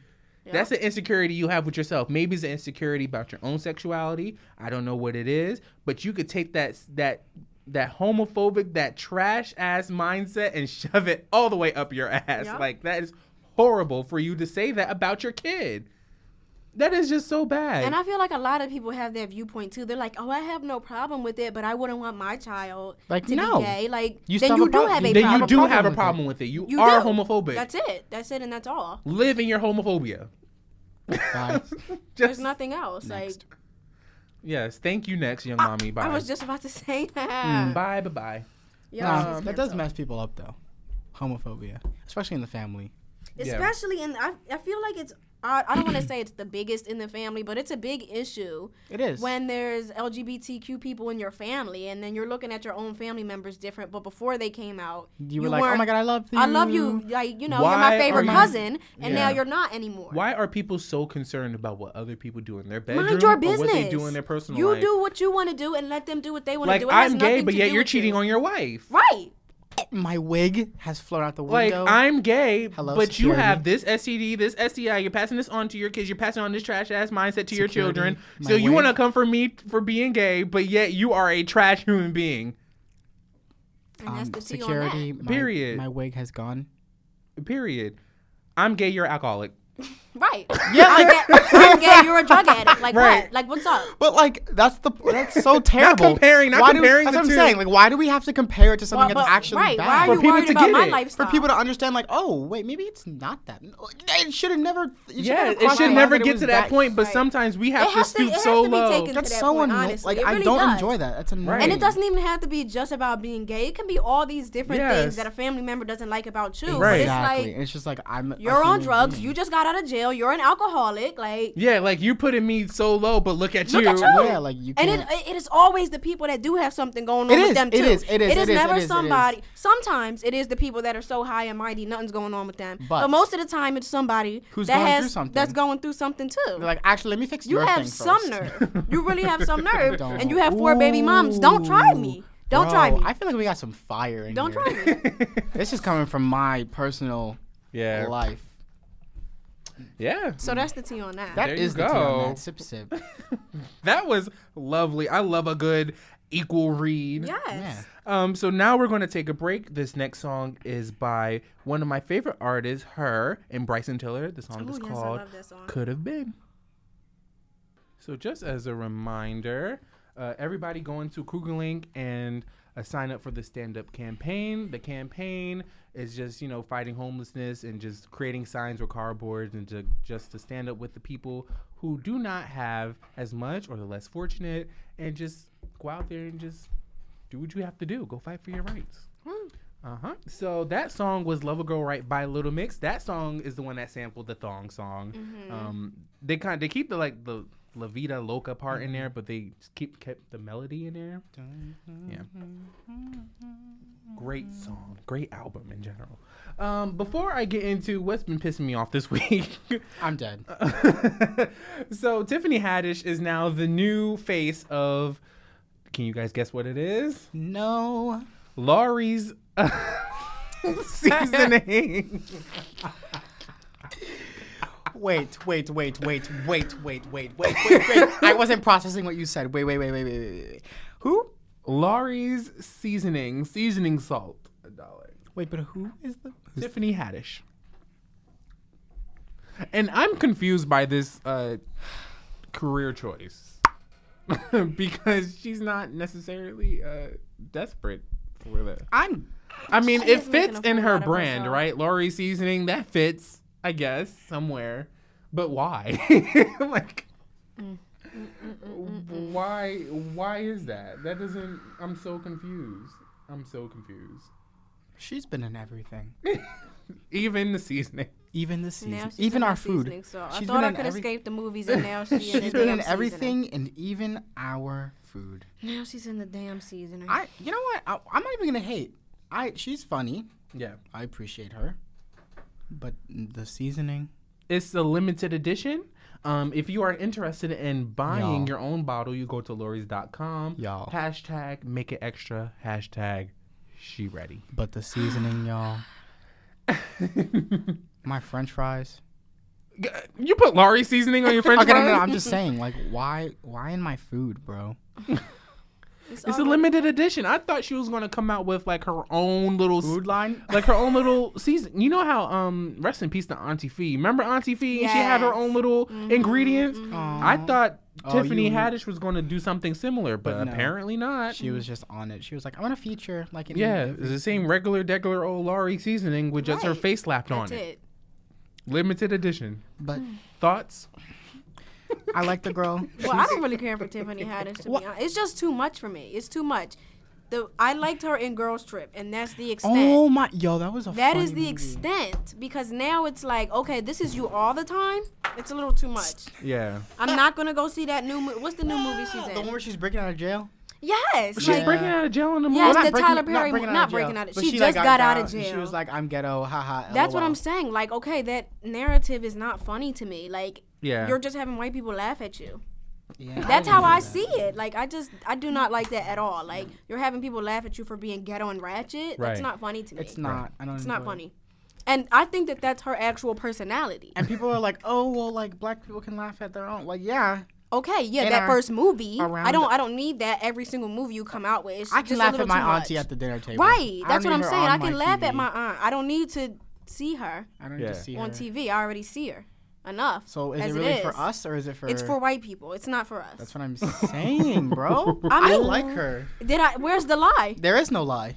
That's an insecurity you have with yourself. Maybe it's an insecurity about your own sexuality. I don't know what it is, but you could take that that that *laughs* homophobic, that trash ass mindset and shove it all the way up your ass.
Yep.
Like that is horrible for you to say that about your kid. That is just so bad.
And I feel like a lot of people have that viewpoint too. They're like, "Oh, I have no problem with it, but I wouldn't want my child
Like,
to
no.
be gay." Like,
You
then
still
you
have a
do
pro-
have a
then
you
problem.
do have a
with it.
problem with it. You,
You
are
do.
homophobic.
That's it. That's it, and that's all.
Live in your homophobia. *laughs*
*laughs*
Bye. Um,
There's
Just
nothing else.
Next.
yes. Thank you, next young mommy. Bye.
Like, I was just about to *laughs* say that.
Mm, bye. Bye. Bye.
Y'all
Nah,
just
that does
canceled.
mess people up though. Homophobia, especially in the family.
Yeah.
Especially in, I, I feel like it's. I, I don't want to say it's the biggest in the family, but it's a big issue
It is.
when there's LGBTQ people in your family, and then you're looking at your own family members different. But before they came out,
you were like, oh
weren't-
my god, I love you.
I love you. Like, you know, you're
Why
my
are
favorite
you-
cousin, and
Yeah.
now you're not anymore.
Why are people so concerned about what other people do in their bedroom?
Mind your
Or
business.
what they do in their personal
you
life?
do what you want to do and let them do what they want
like
to do. It has
I'm gay,
nothing
but
to
yet
do
you're
with
cheating
you.
on your wife.
Right.
My wig has flown out the
Like
window.
I'm gay,
Hello,
but you
security.
have this STD, this STI. You're passing this on to your kids. You're passing on this trash ass mindset to your
Security,
children.
my
So you want to
wig.
come for me for being gay, but yet you are a trash human being.
And
Um,
that's the tea
security.
on
My,
Period.
My wig has gone.
Period. I'm gay. You're alcoholic.
that. Right. Yeah. I'm gay, I'm gay, You're a drug addict.
*laughs*
Like
Right.
what? Like what's up?
But like that's the *laughs* that's so terrible.
comparing- not
why
comparing
Do, that's
the
what I'm
two.
saying. Like why do we have to compare it to something
Well,
that's
but-
actually
right.
bad?
Why are
For
you
people
worried
to
about
get
my
it. For
lifestyle?
for people to understand, like, oh, wait, maybe it's not that. It should have never. It
Yeah,
should've
it
crossed
should
my mind
never
it
get
was
to that point. But
Right.
sometimes we have
It
to
has to-
stoop
it has
so
to be
low.
taken-
That's
to that
so
point,
annoying.
honestly.
Like,
It
I
really
don't
does.
enjoy that. That's annoying.
Right.
And it doesn't even have to be just about being gay. It can be all these different
Yes.
things that a family member doesn't like about you.
Right.
But it's
Exactly.
like
and it's just like I'm. a
you're on
human
drugs.
being.
You just got out of jail. You're an alcoholic. Like
Yeah, like you putting me so low, but look at
Look
you.
at you.
Yeah, like, you
And it,
can't-
it is always the people that do have something going on
It
with
is,
them
it
too.
is, it is,
It
it
is
is,
never
it is, it is.
somebody. Sometimes it is the people that are so high and mighty, nothing's going on with them.
But-
But, most of the time, it's somebody
Who's
that
going through
has
something.
that's going through something too.
They're like, actually, let me fix
you
your
have
thing
some
first. *laughs*
nerve. you really have some nerve,
Don't.
and you have four baby moms. Don't try me. Don't
Bro,
try me.
I feel like we got some fire in
Don't
here.
try me.
This is coming from my personal
yeah,
life.
yeah.
So that's the tea on that.
That is
There you
the tea on
go.
that. Sip, sip.
That was lovely. I love a good equal read.
yes.
Yeah.
Um, so now we're going to take a break. This next song is by one of my favorite artists, her and Bryson Tiller. The song
Ooh,
is
yes, I
called
love that song.
Could Have Been. So just as a reminder, uh, everybody go into Krugerlink and uh, sign up for the Stand Up campaign. The campaign is just you know fighting homelessness and just creating signs with cardboard and to, just to stand up with the people who do not have as much or the less fortunate, and just go out there and just do what you have to do. Go fight for your rights. Uh huh. So that song was "Love a Girl Right" by Little Mix. That song is the one that sampled the thong song. Um, they kind they keep the like the La Vida Loca part in there, but they just keep kept the melody in there. Yeah. Great song, great album in general. Um, before I get into what's been pissing me off this week, *laughs*
I'm dead.
so Tiffany Haddish is now the new face of. Can you guys guess what it is?
No.
Laurie's seasoning.
Wait, wait, wait, wait, wait, wait, wait, wait, wait, wait. I wasn't processing what you said. Wait, wait, wait, wait, wait, wait, wait. Who?
Laurie's seasoning, seasoning salt, a dollar.
Wait, but who is the?
Tiffany Haddish. And I'm confused by this uh, career choice *laughs* because she's not necessarily uh, desperate for that.
I'm.
I mean,
She
it
is making
fits
a
in
fool
her
out of
brand,
herself.
right? Laurie seasoning that fits, I guess, somewhere. But why? *laughs* like, why? Why is that? That doesn't. I'm so confused. I'm so confused.
She's been in everything.
Even the seasoning. *laughs*
Even the season.
Now she's in
even our
the
food.
seasoning, So I
She's
thought I
been in
could
every-
escape the movies, and
*laughs*
now she's in, the
She's been
damn
in
seasoning.
everything and even our food.
Now she's in the damn seasoning.
I. You know what? I, I'm not even gonna hate. I. She's funny.
Yeah,
I appreciate her. But the seasoning.
it's a limited edition. Um, if you are interested in buying
Y'all.
your own bottle, you go to Lori's.com.
Y'all.
Hashtag make it extra. Hashtag she ready.
But the
*laughs*
seasoning, y'all. My French fries.
Uh, You put Laurie
*laughs*
seasoning on your French
Okay, no,
fries?
no, no, I'm just saying, like, why, why in my food, bro?
It's, a
already-
limited edition. I thought she was gonna come out with like her own little s-
Food line?
like her own little season. You know how um rest in peace to Auntie Fee. Remember Auntie Fee? She had her own
Yes.
little ingredients. I thought
Oh,
Tiffany
you-
Haddish was going to do something similar, but,
no.
apparently not.
She
Mm.
was just on it. She was like, I want a feature. Like, an
yeah, it's the same regular, degular old Laurie seasoning with just her
Right.
face slapped on
That's
it.
it.
Limited edition.
But
Mm.
Thoughts?
I like
*laughs*
the girl.
Well, I don't really care for Tiffany Haddish to be honest. It's just too much for me. It's too much. The I liked her in Girls Trip, and that's the extent.
oh my, yo, that was a.
That
funny
is the
movie.
extent because now it's like, okay, this is you all the time. It's a little too much.
Yeah.
I'm not gonna go see that new. Mo- what's
*laughs*
the new movie she's
The
in?
one where she's breaking out of jail.
Yes,
She's
like,
breaking out of jail in the
Yes,
movie.
the
breaking-
Tyler Perry mo- not breaking out of-
but
she
like,
just got out of
She
jail.
was like, "I'm ghetto, haha."
that's what
LOL."
I'm saying. Like, okay, that narrative is not funny to me. Like,
Yeah.
you're just having white people laugh at you.
Yeah,
That's how I see it. Like, I just I do not like that at all. Like, you're having people laugh at you for being ghetto and ratchet.
Right.
That's not funny to me.
It's not. I don't.
It's
enjoy
not
it.
funny. And I think that that's her actual personality.
And people are like, "Oh, well, like black people can laugh at their own." Like, yeah,
Okay, yeah,
And
that
our-
first movie.
around
I don't.
the-
I don't need that every single movie you come out with. It's
I can
just a
laugh
little
at
too
my auntie
much.
at the dinner table.
Right.
I don't
That's what
need
I'm
her
saying.
on
I can laugh at
TV.
my aunt. I don't need to see her
I don't
Yeah.
need to see
on
her.
TV. I already see her enough.
So is
as
it really
is.
for us or is it for?
It's for white people. It's not for us.
*laughs* That's what
*laughs*
I'm saying, bro.
I
I
mean-
like her.
Did I? Where's the lie?
There is no lie.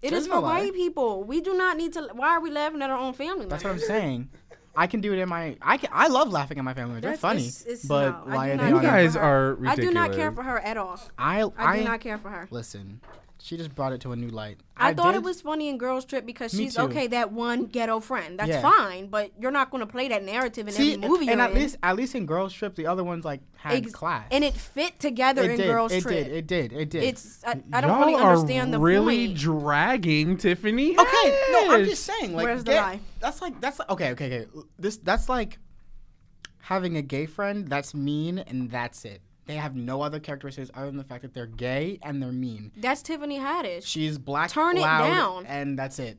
It
there's
is for
no lie.
white people. We do not need to. Why are we laughing at our own family?
That's what I'm
members?
saying. I can do it in my. I can, I love laughing at my family. They're
That's-
funny,
it's- it's-
but
no, I
why
do
are
not
they?
care
You
on it?
guys
for
are
her. I do not care
ridiculous.
for her at all.
I
I do not care for her.
Listen, she just brought it to a new light.
I, thought
did-
it was funny in Girls Trip because
Me
she's
too.
okay. That one ghetto friend, that's
Yeah.
fine, but you're not going to play that narrative in
See,
every movie.
and
you're
at
in.
least at least in Girls Trip, the other ones like had
Ex-
class.
and it fit together
it
in
did,
Girls
it
Trip.
did, it did, it did.
it's I, I don't
Y'all
really
are
understand the
really
point.
dragging Tiffany.
okay. No, I'm
Haddish.
just saying. Like,
Where's the
get-
lie?
That's like that's like, okay, okay, okay. This that's like having a gay friend that's mean and that's it. They have no other characteristics other than the fact that they're gay and they're mean.
that's Tiffany Haddish.
She's black,
Turn it
loud,
down.
and that's it.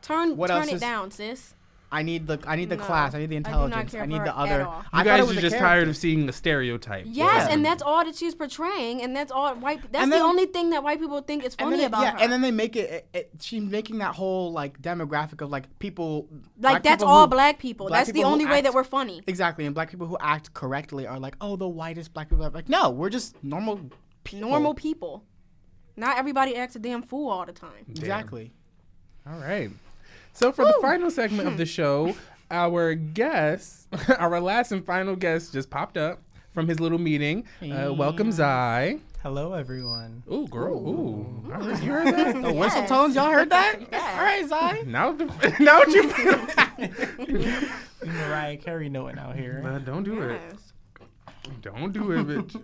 turn
what
turn
else
it
is-
down, sis.
I need the I need the
No,
class. I need the
I do not
intelligence.
care
I, need
for
the
her
other.
at all. You
I
You
thought it
guys
was
are
a
just
character.
tired of seeing the stereotype.
Yes,
Yeah.
and that's all that she's portraying, and that's all white. That's
then-
the only thing that white people think is
And
funny
then,
about
yeah,
her.
and then they make it, it, it. She's making that whole like demographic of like people.
like
black
that's
people
all
who-
black people.
black
that's
people
the
who
only way that
act-
we're funny.
Exactly, and black people who act correctly are like, oh, the whitest black people. ever." Like, no, we're just normal people.
Normal people. Not everybody acts a damn fool all the time.
Exactly.
All right. So for the final segment of the show, our guest, *laughs* our last and final guest, just popped up from his little meeting. Uh, welcome, Zai.
Hello, everyone.
Ooh, girl. Ooh, All right, you heard that?
The whistle tones, y'all heard that?
Yeah.
All right, Zai.
*laughs* Now, the, now what you. *laughs*
Mariah Carey knowing out here.
Uh, don't do it.
Yes.
Don't do it, bitch.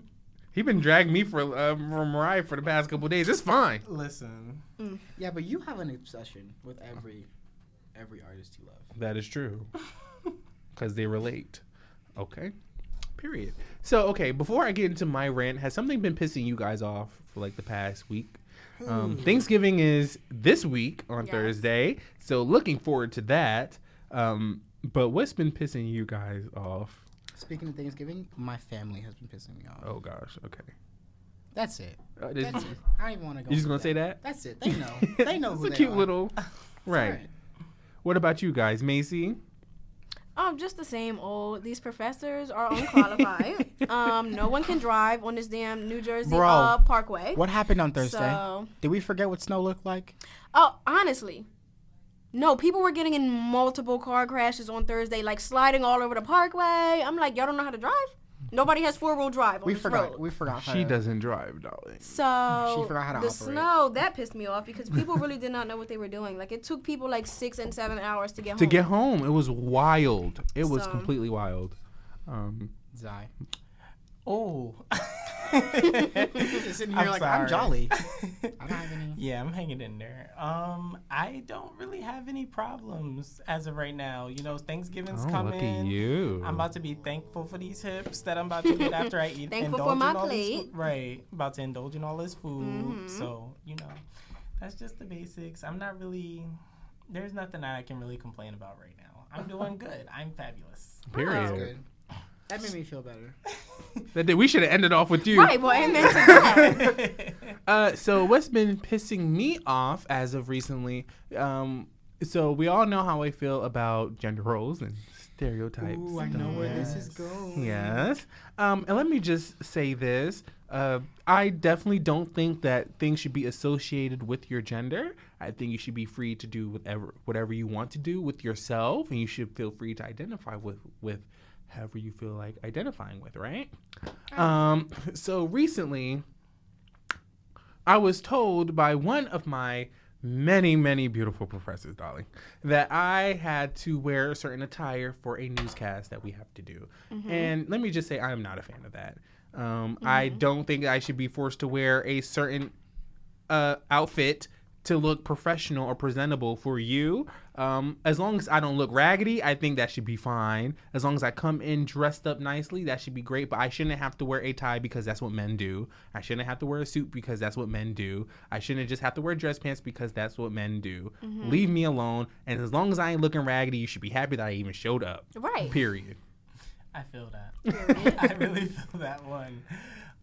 He been dragging me for uh, for Mariah for the past couple days. It's fine.
Listen,
*laughs* Yeah, but you have an obsession with every, every artist you love.
That is *laughs* true. Because they relate. Okay. Period. So, okay, before I get into my rant, has something been pissing you guys off for like the past week? Um,
Hmm.
Thanksgiving is this week on
Yes.
Thursday. So, looking forward to that. Um, but what's been pissing you guys off?
Speaking of Thanksgiving, my family has been pissing me off.
Oh, gosh. Okay. *laughs*
That's it.
Uh, did-
That's it. I don't even want to go.
you just
into
going to say that?
that? That's it. They
*laughs*
know. They know
It's
who
a
they
cute
are. *laughs*
little. Right.
alright.
What about you guys, Macy?
Um, just the same old. These professors
*laughs*
are unqualified. um, no one can drive on this damn New Jersey
Bro.
uh, parkway.
What happened on Thursday?
So,
Did we forget what snow looked like?
oh, honestly, no. People were getting in multiple car crashes on Thursday, like sliding all over the parkway. I'm like, y'all don't know how to drive. Nobody has four wheel drive on
We
this
forgot.
road.
We forgot.
She
her.
doesn't drive, darling.
So
She forgot how to
the
operate.
snow that pissed me off because people really did not know what they were doing. Like it took people like six and seven hours to get
To
home.
get home, it was wild. It was
Oh. So-
completely wild. Um,
Zai.
Oh.
You're sitting
I'm
here like I'm
sorry.
jolly. *laughs* I don't have any.
*laughs* yeah, I'm hanging in there. Um, I don't really have any problems as of right now. You know, Thanksgiving's
oh,
coming.
look at you.
I'm about to be thankful for these hips that I'm about to get after I eat.
Thankful for
indulge in
my
all this
plate. Mm-hmm.
food- Right. About to indulge in all this food. So, you know, that's just the basics. I'm not really, there's nothing that I can really complain about right now. I'm doing good. I'm fabulous.
Period.
That made me feel better.
That day we should have ended off with you.
Right, well, and then to that.
Uh, so what's been pissing me off as of recently? Um, so we all know how I feel about gender roles and stereotypes.
Ooh, I know where this is going.
Yes. Um, and let me just say this. Uh, I definitely don't think that things should be associated with your gender. I think you should be free to do whatever whatever you want to do with yourself, and you should feel free to identify with with however you feel like identifying with, right? Um, so recently, I was told by one of my many, many beautiful professors, darling, that I had to wear a certain attire for a newscast that we have to do. And let me just say, I am not a fan of that. Um, I don't think I should be forced to wear a certain uh, outfit to look professional or presentable for you. Um, as long as I don't look raggedy, I think that should be fine. As long as I come in dressed up nicely, that should be great. But I shouldn't have to wear a tie because that's what men do. I shouldn't have to wear a suit because that's what men do. I shouldn't just have to wear dress pants because that's what men do. Leave me alone. And as long as I ain't looking raggedy, you should be happy that I even showed up.
Right.
Period.
I feel that. *laughs* I really feel that one.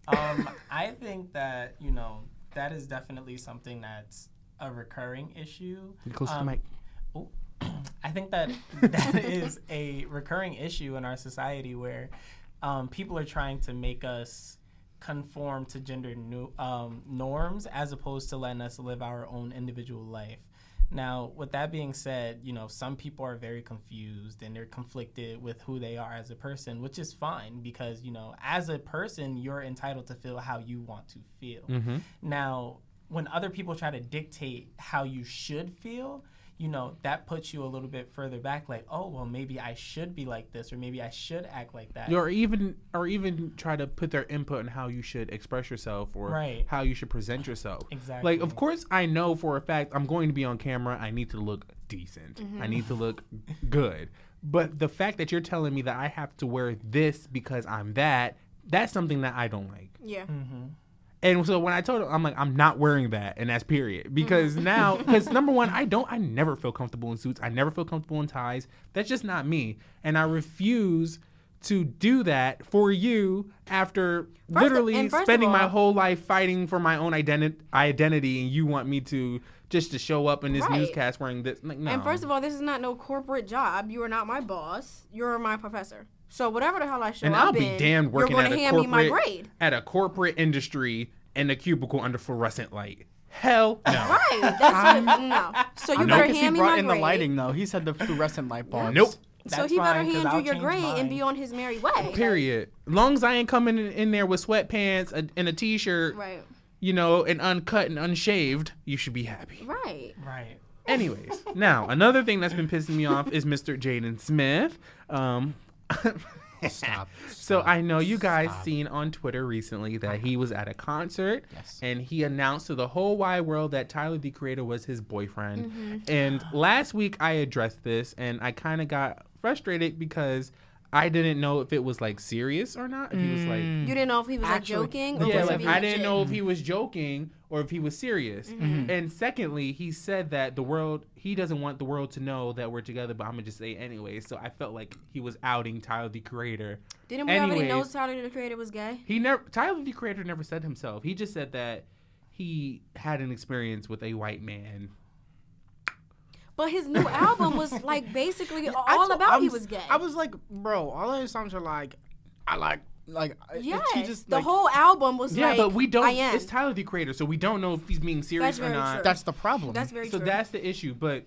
Um, I think that, you know, that is definitely something that's a recurring issue.
Close to
Um,
the mic.
Oh, I think that that is a recurring issue in our society where um, people are trying to make us conform to gender new, um, norms as opposed to letting us live our own individual life. Now, with that being said, you know, some people are very confused and they're conflicted with who they are as a person, which is fine because, you know, as a person, you're entitled to feel how you want to feel. Now, when other people try to dictate how you should feel, you know, that puts you a little bit further back, like, oh, well, maybe I should be like this or maybe I should act like that.
or even or even try to put their input on how you should express yourself or
Right.
how you should present yourself.
Exactly.
Like of course I know for a fact I'm going to be on camera. I need to look decent. I need to look good. But the fact that you're telling me that I have to wear this because I'm that, that's something that I don't like.
Yeah.
And so when I told him, I'm like, I'm not wearing that, and that's period.
Mm.
Because now,
*laughs*
because number one, I don't, I never feel comfortable in suits. I never feel comfortable in ties. That's just not me, and I refuse to do that for you after
of-
literally
and first of
spending my
all-
whole life fighting for my own identity, identity, and you want me to just to show up in this
Right.
newscast wearing this. Like, no.
And first of all, this is not no corporate job. You are not my boss. You're my professor. So whatever the hell I show
and
up
I'll be
in,
damned working
you're
at
gonna
a
hand
corporate
me my grade.
at a corporate industry in a cubicle under fluorescent light. Hell no.
Right. That's what,
Um,
no. So you
Nope. Because
better
Because he
hand me
brought
my
in
grade.
the lighting, though. He said the fluorescent light bulbs.
Nope.
so
That's
he better
fine, 'cause
hand
I'll
you your
change
grade
mine.
and be on his merry way.
Period. Long as I ain't coming in, in there with sweatpants a- and a t-shirt,
Right.
you know, and uncut and unshaved, you should be happy.
Right.
Right.
Anyways, now another thing that's been pissing me off is Mr. Jaden Smith. Um, *laughs*
Stop.
so I know you guys seen on Twitter recently that he was at a concert
Yes.
and he announced to the whole wide world that Tyler the Creator was his boyfriend. And last week I addressed this and I kind of got frustrated because I didn't know if it was like serious or not. If he was like
You didn't know if he was like
Actually-
joking Mm-hmm. or
yeah,
was it
like
being
I didn't
legit.
know if he
Mm-hmm.
was joking or if he was serious. And secondly, he said that the world he doesn't want the world to know that we're together, but I'm gonna just say anyway. So I felt like he was outing Tyler the Creator.
Didn't we already know
Anyways.
Tyler the Creator was gay?
He never Tyler the Creator never said himself. He just said that he had an experience with a white man.
But his new
*laughs*
album was like basically all
I told-
about
I'm
he
s-
was gay.
I was like, bro, all of his songs are like, I like, like, I- it's-
yes,
he just
the
like,
whole album was
yeah,
like
but we don't.
I am.
It's Tyler the Creator, so we don't know if he's being serious
That's
or
very
not.
true.
That's the problem.
That's very
so
true.
that's the issue. But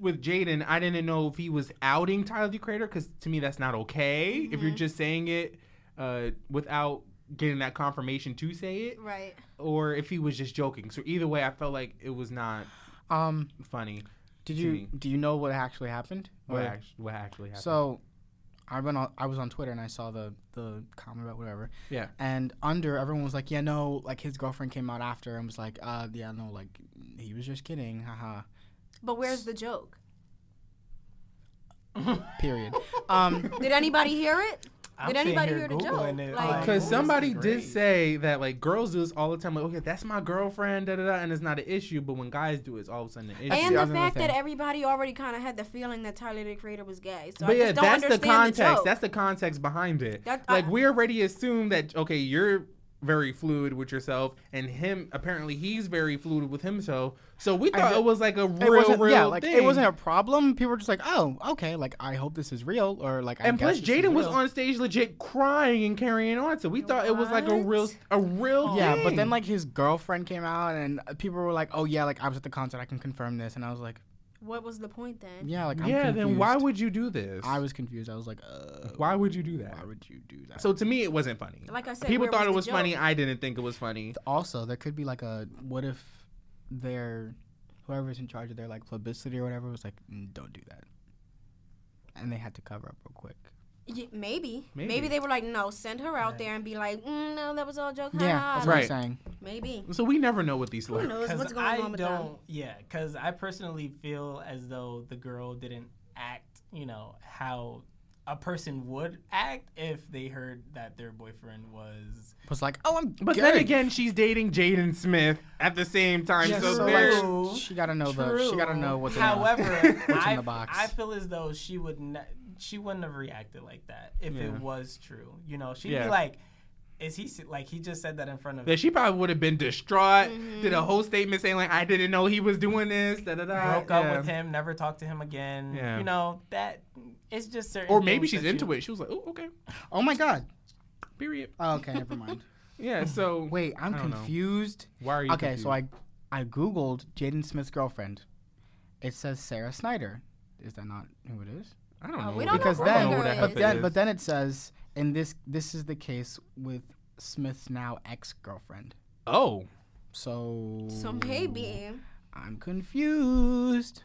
with Jaden, I didn't know if he was outing Tyler the Creator because to me that's not okay. If
Mm-hmm.
you're just saying it uh, without getting that confirmation to say it,
right.
or if he was just joking. So either way, I felt like it was not
um.
funny.
Did
to
you
me.
do you know what actually happened?
What,
Or-
act- what actually happened?
So, I went on. I was on Twitter and I saw the the comment about whatever.
yeah,
And under everyone was like, yeah, no, like his girlfriend came out after and was like, uh, yeah, no, like he was just kidding, haha.
But where's the joke?
Period. um,
*laughs*
Did anybody hear it?
I'm
Did
sitting
anybody
here
hear the
Googling
joke?
it,
Like-
like,
Because
this is
somebody did
great.
say that like girls do this all the time. Like, okay, that's my girlfriend, da da da, and it's not an issue. But when guys do it, it's all of a sudden an issue.
And
the
the
other
fact that
thing.
everybody already kind of had the feeling that Tyler the Creator was gay. So
but
I
yeah,
just don't
that's the
understand
context.
joke.
that's the context behind it.
That-
like
I-
we already assumed that okay, you're very fluid with yourself, and him apparently he's very fluid with himself. So we thought
ju-
it was like a
It
real,
wasn't,
real
yeah, like
thing.
it wasn't a problem. People were just like, "Oh, okay." Like, I hope this is real, or like. I
and plus,
guess this is
Jaden was
real.
on stage legit crying and carrying on. So we thought it was like a real,
What?
a real.
Yeah, but
thing.
then like his girlfriend came out, and people were like, "Oh yeah, like I was at the concert. I can confirm this." And I was like,
what was the point then?
"Yeah, like I'm
yeah, then why
confused."
would you do this?
I was confused? I was like, "Uh,
Why would you do that?
Why would you do that?"
So to me, it wasn't funny.
Like I said,
people
where
thought
was
it
the
was funny.
joke?
I didn't think it was funny.
also there could be like a what if their whoever's in charge of their like publicity or whatever was like "Mm, don't do that and they had to cover up real quick
Yeah, maybe.
Maybe.
maybe. they were like, no, send her out there and be like, mm, no, that was all joke. ha,
yeah
ha."
that's
Right.
what i'm saying
Maybe.
So we never know what these
Who
look.
knows what's
Because
going
I
on with
don't,
them?
yeah, because I personally feel as though the girl didn't act, you know, how a person would act if they heard that their boyfriend was.
was like oh i'm
But
gay.
then again, she's dating Jaden Smith at the same time.
Yeah,
so
so,
there's
like, sh- she gotta know the she gotta know what's in the-
However,
*laughs* what's
I,
in the box
I feel as though she would not, she wouldn't have reacted like that if it
Yeah.
was true. You know, she'd
Yeah.
be like, "Is he se- like he just said that in front of?"
that she probably would have been distraught.
Mm-hmm.
Did a whole statement saying like I didn't know he was doing this. Da da da.
broke
yeah.
up with him, never talked to him again.
Yeah.
You know that it's just certain.
Or maybe
things
she's
that
into
you-
it. She was like, oh okay,
oh my god
period.
oh, okay never
*laughs*
mind
Oh,
Yeah. So
wait i'm
I don't know.
confused
Why are you
okay so i
confused?
i googled jaden smith's girlfriend it says sarah snyder is that not who it is
I don't know.
Uh, we
what-
don't know
because
who the
then,
who
girl
the
is.
heck
but
it
then,
is.
but then it says, and this this is the case with Smith's now ex girlfriend.
oh,
So,
So maybe.
I'm confused.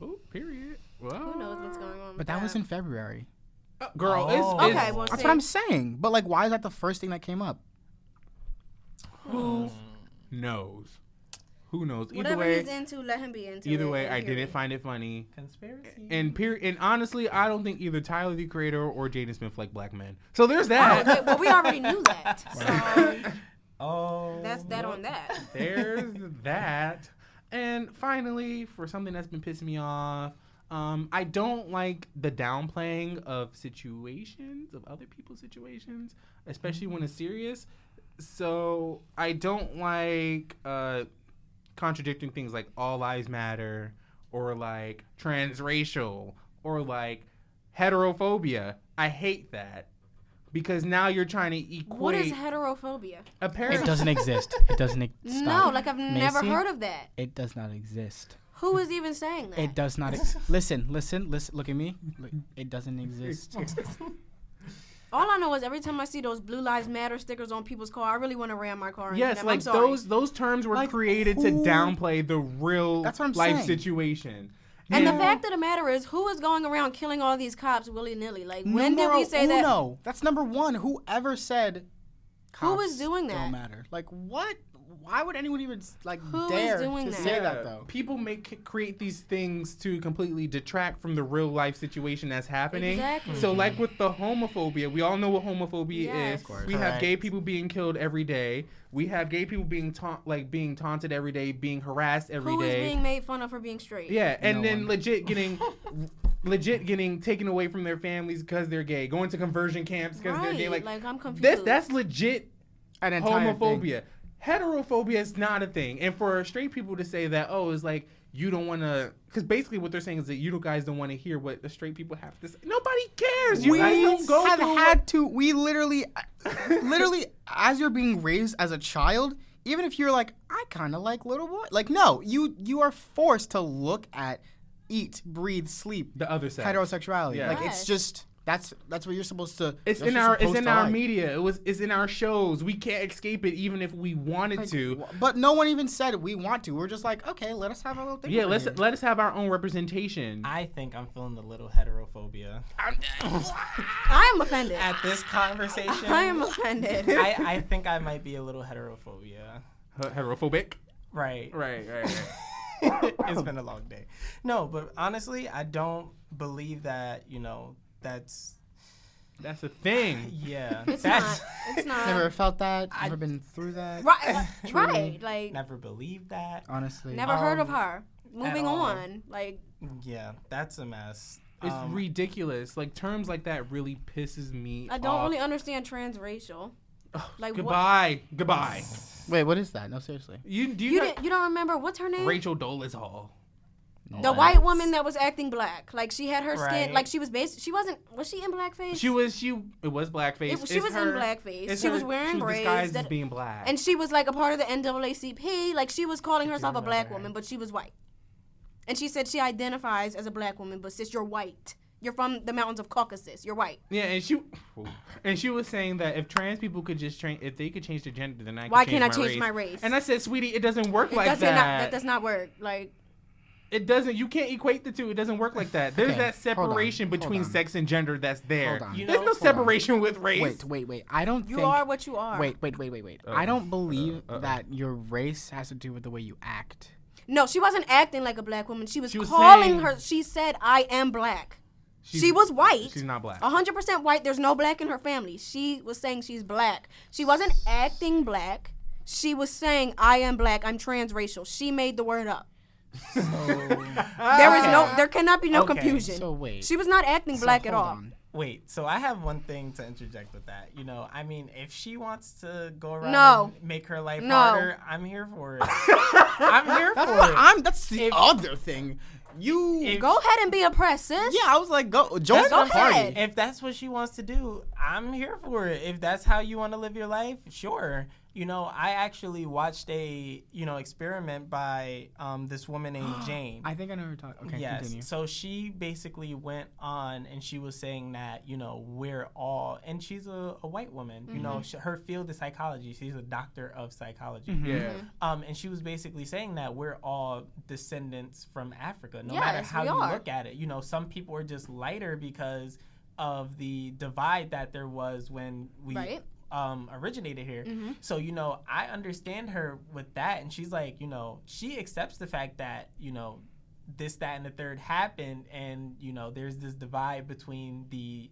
oh, period. Well,
Who knows what's going on?
But that was in February.
uh, girl.
Oh.
It's, it's
Okay, well,
That's
see,
what I'm saying. But like, why is that the first thing that came up?
who knows? Who knows? Either
whatever
way,
he's into, let him be into.
either
it,
way,
and
I *laughs*
period.
didn't find it funny.
Conspiracy.
And peri and honestly, I don't think either Tyler the Creator or Jaden Smith like black men. So there's
Oh,
that.
they- well, we already
*laughs*
knew that. So
oh,
that's that on that.
there's that. And finally, for something that's been pissing me off, um, I don't like the downplaying of situations of other people's situations, especially when it's serious. So I don't like uh, contradicting things like all lives matter or like transracial or like heterophobia. I hate that because now you're trying to equate.
What is heterophobia?
apparently
*laughs*
It doesn't exist. It doesn't. Ex-
No, like I've never heard of that.
It does not exist.
Who is even saying that?
It does
*laughs*
not. Ex- listen, listen, listen. Look at me. Look, it doesn't exist.
All I know is every time I see those Blue Lives Matter stickers on people's car, I really want to ram my car. into
Yes,
them. I'm
like
sorry.
those those terms were
Like,
created to
who-
downplay the real
That's what I'm
life
saying.
situation.
And the fact of the matter is, who is going around killing all these cops willy nilly? Like, when did
Numero
we say that?
uno. That's number one. Whoever said
Who was
cops
doing
Don't
that?
matter. Like what? Why would anyone even like
was
dare
doing
to
that?
say
Yeah,
that though?
people make create these things to completely detract from the real life situation that's happening.
Exactly. Mm-hmm.
So, like with the homophobia, we all know what homophobia
Yes.
is.
Of course.
We have gay people being killed every day. We have gay people being taunt like being taunted every day, being harassed every day.
Who is being made fun of for being straight?
Yeah, and
No
then
one.
legit
*laughs*
getting, legit getting taken away from their families because they're gay, going to conversion camps because they're gay. Like,
Right, like, I'm *laughs*
That's
confused.
that's legit
An entire thing.
homophobia. Heterophobia is not a thing, and for straight people to say that, oh, it's like you don't want to, because basically what they're saying is that you guys don't want to hear what the straight people have to say. Nobody cares. You
we
guys don't go
have
through
had to. We literally, literally, *laughs* as you're being raised as a child, even if you're like, I kind of like little boy. Like, no, you you are forced to look at, eat, breathe, sleep,
the other side.
heterosexuality.
Yeah.
Like,
Yes.
it's just that's that's what you're supposed to.
It's
that's what
in
you're
our it's
supposed
in
to
our
like.
media. It was it's in our shows. We can't escape it, even if we wanted to.
But no one even said we want to. We're just like, okay, let us have a little thing.
yeah,
over
let's
here.
let us have our own representation.
I think I'm feeling a little heterophobia
I am offended.
at this conversation.
*laughs* I am offended.
I, I think I might be a little heterophobia.
H- heterophobic.
Right.
Right, right, right.
*laughs* it's been a long day. No, but honestly, I don't believe that, you know, that's
That's a
*laughs*
thing.
Yeah.
It's not. It's not.
Never felt that. Never been through that.
right.
Truly.
Right. Like never,
*laughs* Never believed that.
Honestly.
heard of
um,
her. Moving
all.
on. Like
Yeah, that's a mess.
It's
Um,
ridiculous. Like terms like that really pisses me.
I don't
off.
really understand transracial. Like what?
Goodbye. Goodbye.
Wait, what is that? No, seriously.
You do you,
You
know
didn't, you don't remember what's her name?
Rachel Dolezal?
The white woman that was acting black. Like she had her
Right.
skin. Like she was based. She wasn't. Was she in blackface?
She was she it was blackface.
It- she
It's
was in blackface.
it's
She was wearing
she was
braids
disguised as
that-
being black.
and she was like a part of the NAACP. Like she was calling herself a
remember
black
that.
woman, but she was white. And she said she identifies as a black woman, but sis, you're white. You're from the mountains of Caucasus. You're white.
yeah, and she and she was saying that if trans people could just change if they could change their gender, then I could
Why
change
can't I
my
change
race.
my race?
And I said, sweetie, it doesn't work like
That's
that.
Not, that does not work. Like
it doesn't. You can't equate the two. It doesn't work like that. There's
Okay,
that
hold on,
separation
hold
between
on.
sex and gender that's there.
Hold on. You
There's
know-
no
hold
on.
separation with race.
Wait, wait, wait. I don't
you
think.
are what you are.
Wait, wait, wait, wait, wait.
Uh,
I don't believe that your race has to do with the way you act.
No, she wasn't acting like a black woman. She was,
She was
calling
saying-
her. She said, "I am black."
She's-
she was Uh-huh. white.
She's not black.
100% white. There's no black in her family. She was saying she's black. She wasn't acting black. She was saying, I am black. I'm transracial. She made the word up. *laughs* there is no, there cannot be no
Okay,
confusion.
so wait.
She was not acting black at
Hold
all.
on.
Wait, so I have one thing to interject with that. You know, I mean, if she wants to go around
No.
and make her life
No.
harder, I'm here for it. I'm here
That's
for
what
it.
I'm. That's the other thing. You.
If-
Go ahead and be oppressed, sis.
yeah, I was like, go join
Go
the party.
ahead.
if that's what she wants to do, I'm here for it. If that's how you want to live your life, sure. You know, I actually watched a you know experiment by um, this
*gasps*
woman named Jane.
I think I know who you're talking. Okay,
yes.
continue.
So she basically went on and she was saying that you know we're all and she's a, a white woman.
Mm-hmm.
You know, sh her field is psychology. She's a doctor of
Mm-hmm.
psychology.
Yeah.
Um, and she was basically saying that we're all descendants from Africa, no
Yes,
matter how
we
you
are.
look at it. You know, some people are just lighter because of the divide that there was when we
Right. Mm-hmm.
um, originated here. So, you know, I understand her with that. And she's like, you know, she accepts the fact that, you know, this, that, and the third happened. And, you know, there's this divide between the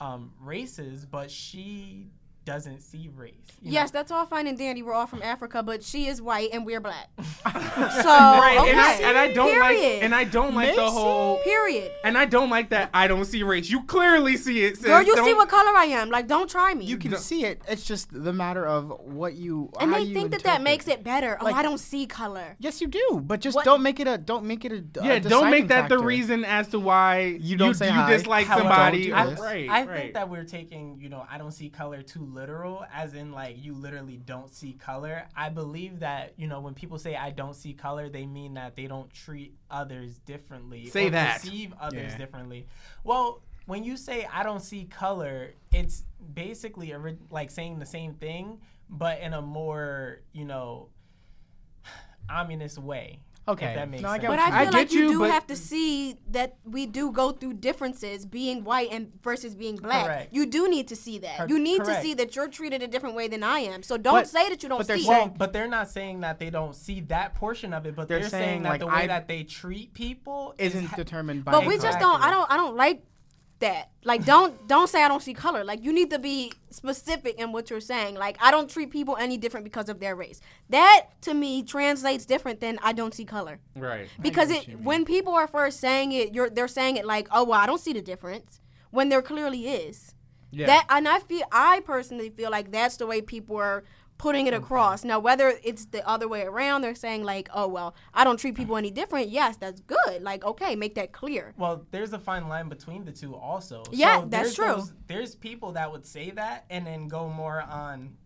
um, races, but she doesn't see race. you know?
Yes, that's all fine and dandy. We're all from Africa, but she is white and we're
*laughs*
black. so,
Right,
okay.
and, I, and I don't like
Period.
and I don't like the
Macy?
whole
Period.
and I don't like that I don't see race. You clearly see it. Sis.
Girl, you see
Don't-
what color I am. Like, don't try me.
You can see it. It's just the matter of what you.
and
how
they
you
think that that
interpret
makes it better.
Like-
oh, I don't see color.
Yes, you do, but just
What-
don't make it a don't make it a a
Yeah, don't make
Uh, deciding
that the
factor.
reason as to why you
don't
you,
say hi.
dislike
How
However,
somebody.
do
I,
this.
right,
I
right.
think that we're taking, you know, I don't see color too literal, as in like you literally don't see color. I believe that, you know, when people say I don't see color, they mean that they don't treat others differently.
Say
or
that.
Perceive others
Yeah.
differently. Well, when you say I don't see color, it's basically a, re- like saying the same thing, but in a more, you know, *sighs* ominous way. if
Okay.
that makes
No, I
sense.
get
But
what
I
you-
feel
I
like
get
you,
you,
do
but-
have to see that we do go through differences being white and versus being black.
Correct.
You do need to see that.
Cor-
you need
correct.
to see that you're treated a different way than I am. So don't
But-
say that you don't
but
see
they're
it.
saying-
Well, but they're not saying that they don't see that portion of it, but
They're
they're,
saying,
saying, that
like,
the way
I-
that they treat people is
isn't
ha-
determined by.
but we just don't I
Exactly.
don't I don't like that. Like don't don't say I don't see color. Like you need to be specific in what you're saying. Like I don't treat people any different because of their race. That to me translates different than I don't see color.
right.
because it when people are first saying it, you're they're saying it like, oh well, I don't see the difference when there clearly is.
Yeah.
That and I feel I personally feel like that's the way people are putting it across. Now whether it's the other way around, they're saying like, oh well, I don't treat people any different. Yes, that's good. Like okay, make that clear.
Well, there's a fine line between the two, also.
Yeah,
So
that's
there's
true.
those- there's people that would say that and then go more on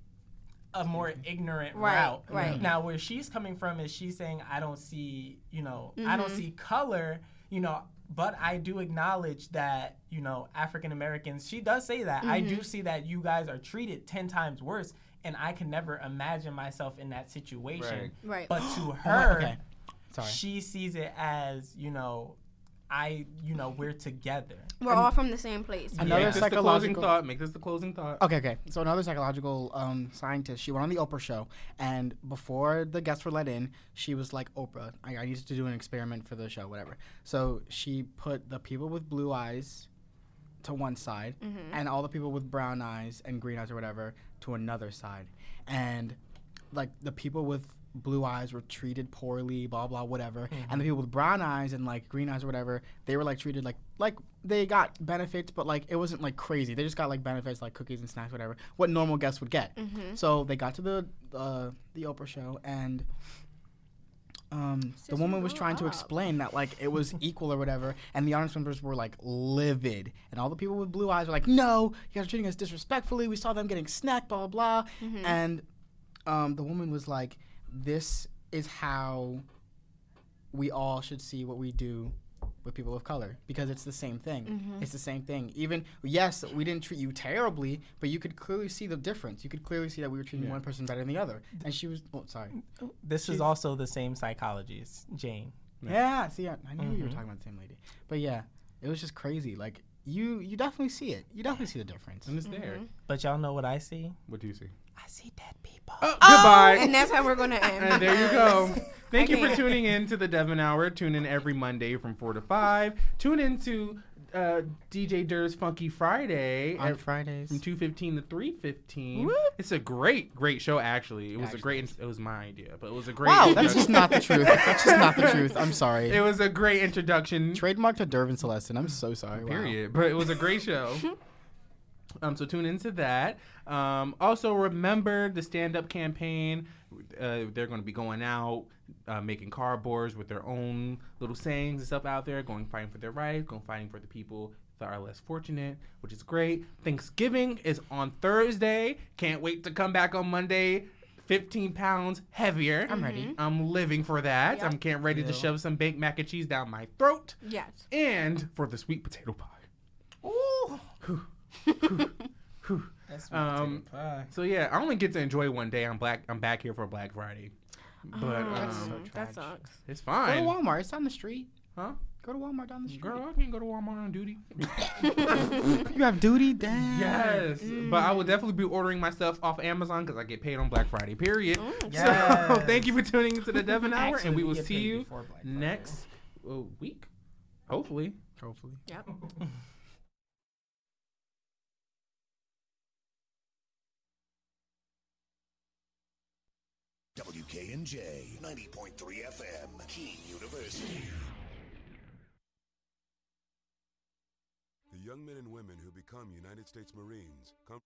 a more ignorant
Right,
route.
right.
Now, where she's coming from is she's saying, I don't see, you know, I
Mm-hmm.
don't see color, you know, but I do acknowledge that, you know, African Americans, she does say that. I
Mm-hmm.
do see that you guys are treated 10 times worse. And I can never imagine myself in that situation.
Right. Right.
*gasps* But to her,
okay. Sorry.
she sees it as, you know, I, you know, we're together.
We're all from the same place.
Another
Make this the closing
psychological. Oh.
thought. Make this the closing thought.
Okay, okay. So another psychological um, scientist, she went on the Oprah show, and before the guests were let in, she was like, "Oprah, I, I need to do an experiment for the show, whatever." So she put the people with blue eyes to one side, and all the people with brown eyes and green eyes or whatever to another side, and like the people with blue eyes were treated poorly, blah blah whatever, and the people with brown eyes and like green eyes or whatever, they were like treated like like they got benefits, but like it wasn't like crazy. They just got like benefits like cookies and snacks, whatever, what normal guests would get. So they got to the uh, the Oprah show and. Um, the woman was trying to explain that like it was equal or whatever, and the audience members were like livid, and all the people with blue eyes were like, "No, you guys are treating us disrespectfully. We saw them getting snacked, blah blah." blah." And um, the woman was like, "This is how we all should see what we do with people of color because it's the same thing. It's the same thing. Even yes, we didn't treat you terribly, but you could clearly see the difference. You could clearly see that we were treating one person better than the other." And she was, "Oh, sorry."
This is also the same psychology, as Jane.
Yeah, see, I, I knew you were
Mm-hmm.
talking about the same lady, but yeah, it was just crazy. Like you, you definitely see it. You definitely see the difference.
And it's there.
But y'all know what I see?
What do you see?
I see dead people.
Uh, Goodbye.
And that's how we're gonna end.
*laughs* And there you go. Thank you for
can't.
tuning in to the Devon Hour. Tune in every Monday from 4 to 5. Tune in to uh, DJ Dur's Funky Friday
On
at-
Fridays,
from 215 to 315. It's a great, great show, actually. It was a great, it was my idea, but it was a great.
wow,
introduction.
that's just not the truth. That's
*laughs*
just not the truth. I'm sorry.
It was a great introduction.
Trademark to Dervin Celestin. I'm so sorry. Wow.
Period. But it was a great *laughs* show. Um, so tune into that. Um, also remember the stand up campaign. Uh, they're going to be going out, uh, making cardboards with their own little sayings and stuff out there, going fighting for their rights, going fighting for the people that are less fortunate, which is great. Thanksgiving is on Thursday. Can't wait to come back on Monday. 15 pounds heavier. I'm ready. I'm living for that. I'm getting ready to shove some baked mac and cheese down my throat
Yes.
and for the sweet potato pie.
Ooh. That's my
Um,
potato pie.
So yeah, I only get to enjoy one day. I'm black. I'm back here for Black Friday, but
Oh,
um,
Mm, that sucks.
it's
Go to
fine.
Walmart. It's down the street.
Huh?
Go to Walmart down the street.
Girl, I can't go to Walmart on duty.
You have duty, damn.
Yes,
Mm.
but I will definitely be ordering my stuff off Amazon because I get paid on Black Friday. Period.
Mm.
So
Yes.
thank you for tuning into the Devon Hour,
Actually,
and we
we
will
get
see
paid
you
before Black Friday.
next uh, week, hopefully.
Hopefully.
Yep.
WKNJ 90.3 FM, Keene University.
The young men and women who become United States Marines come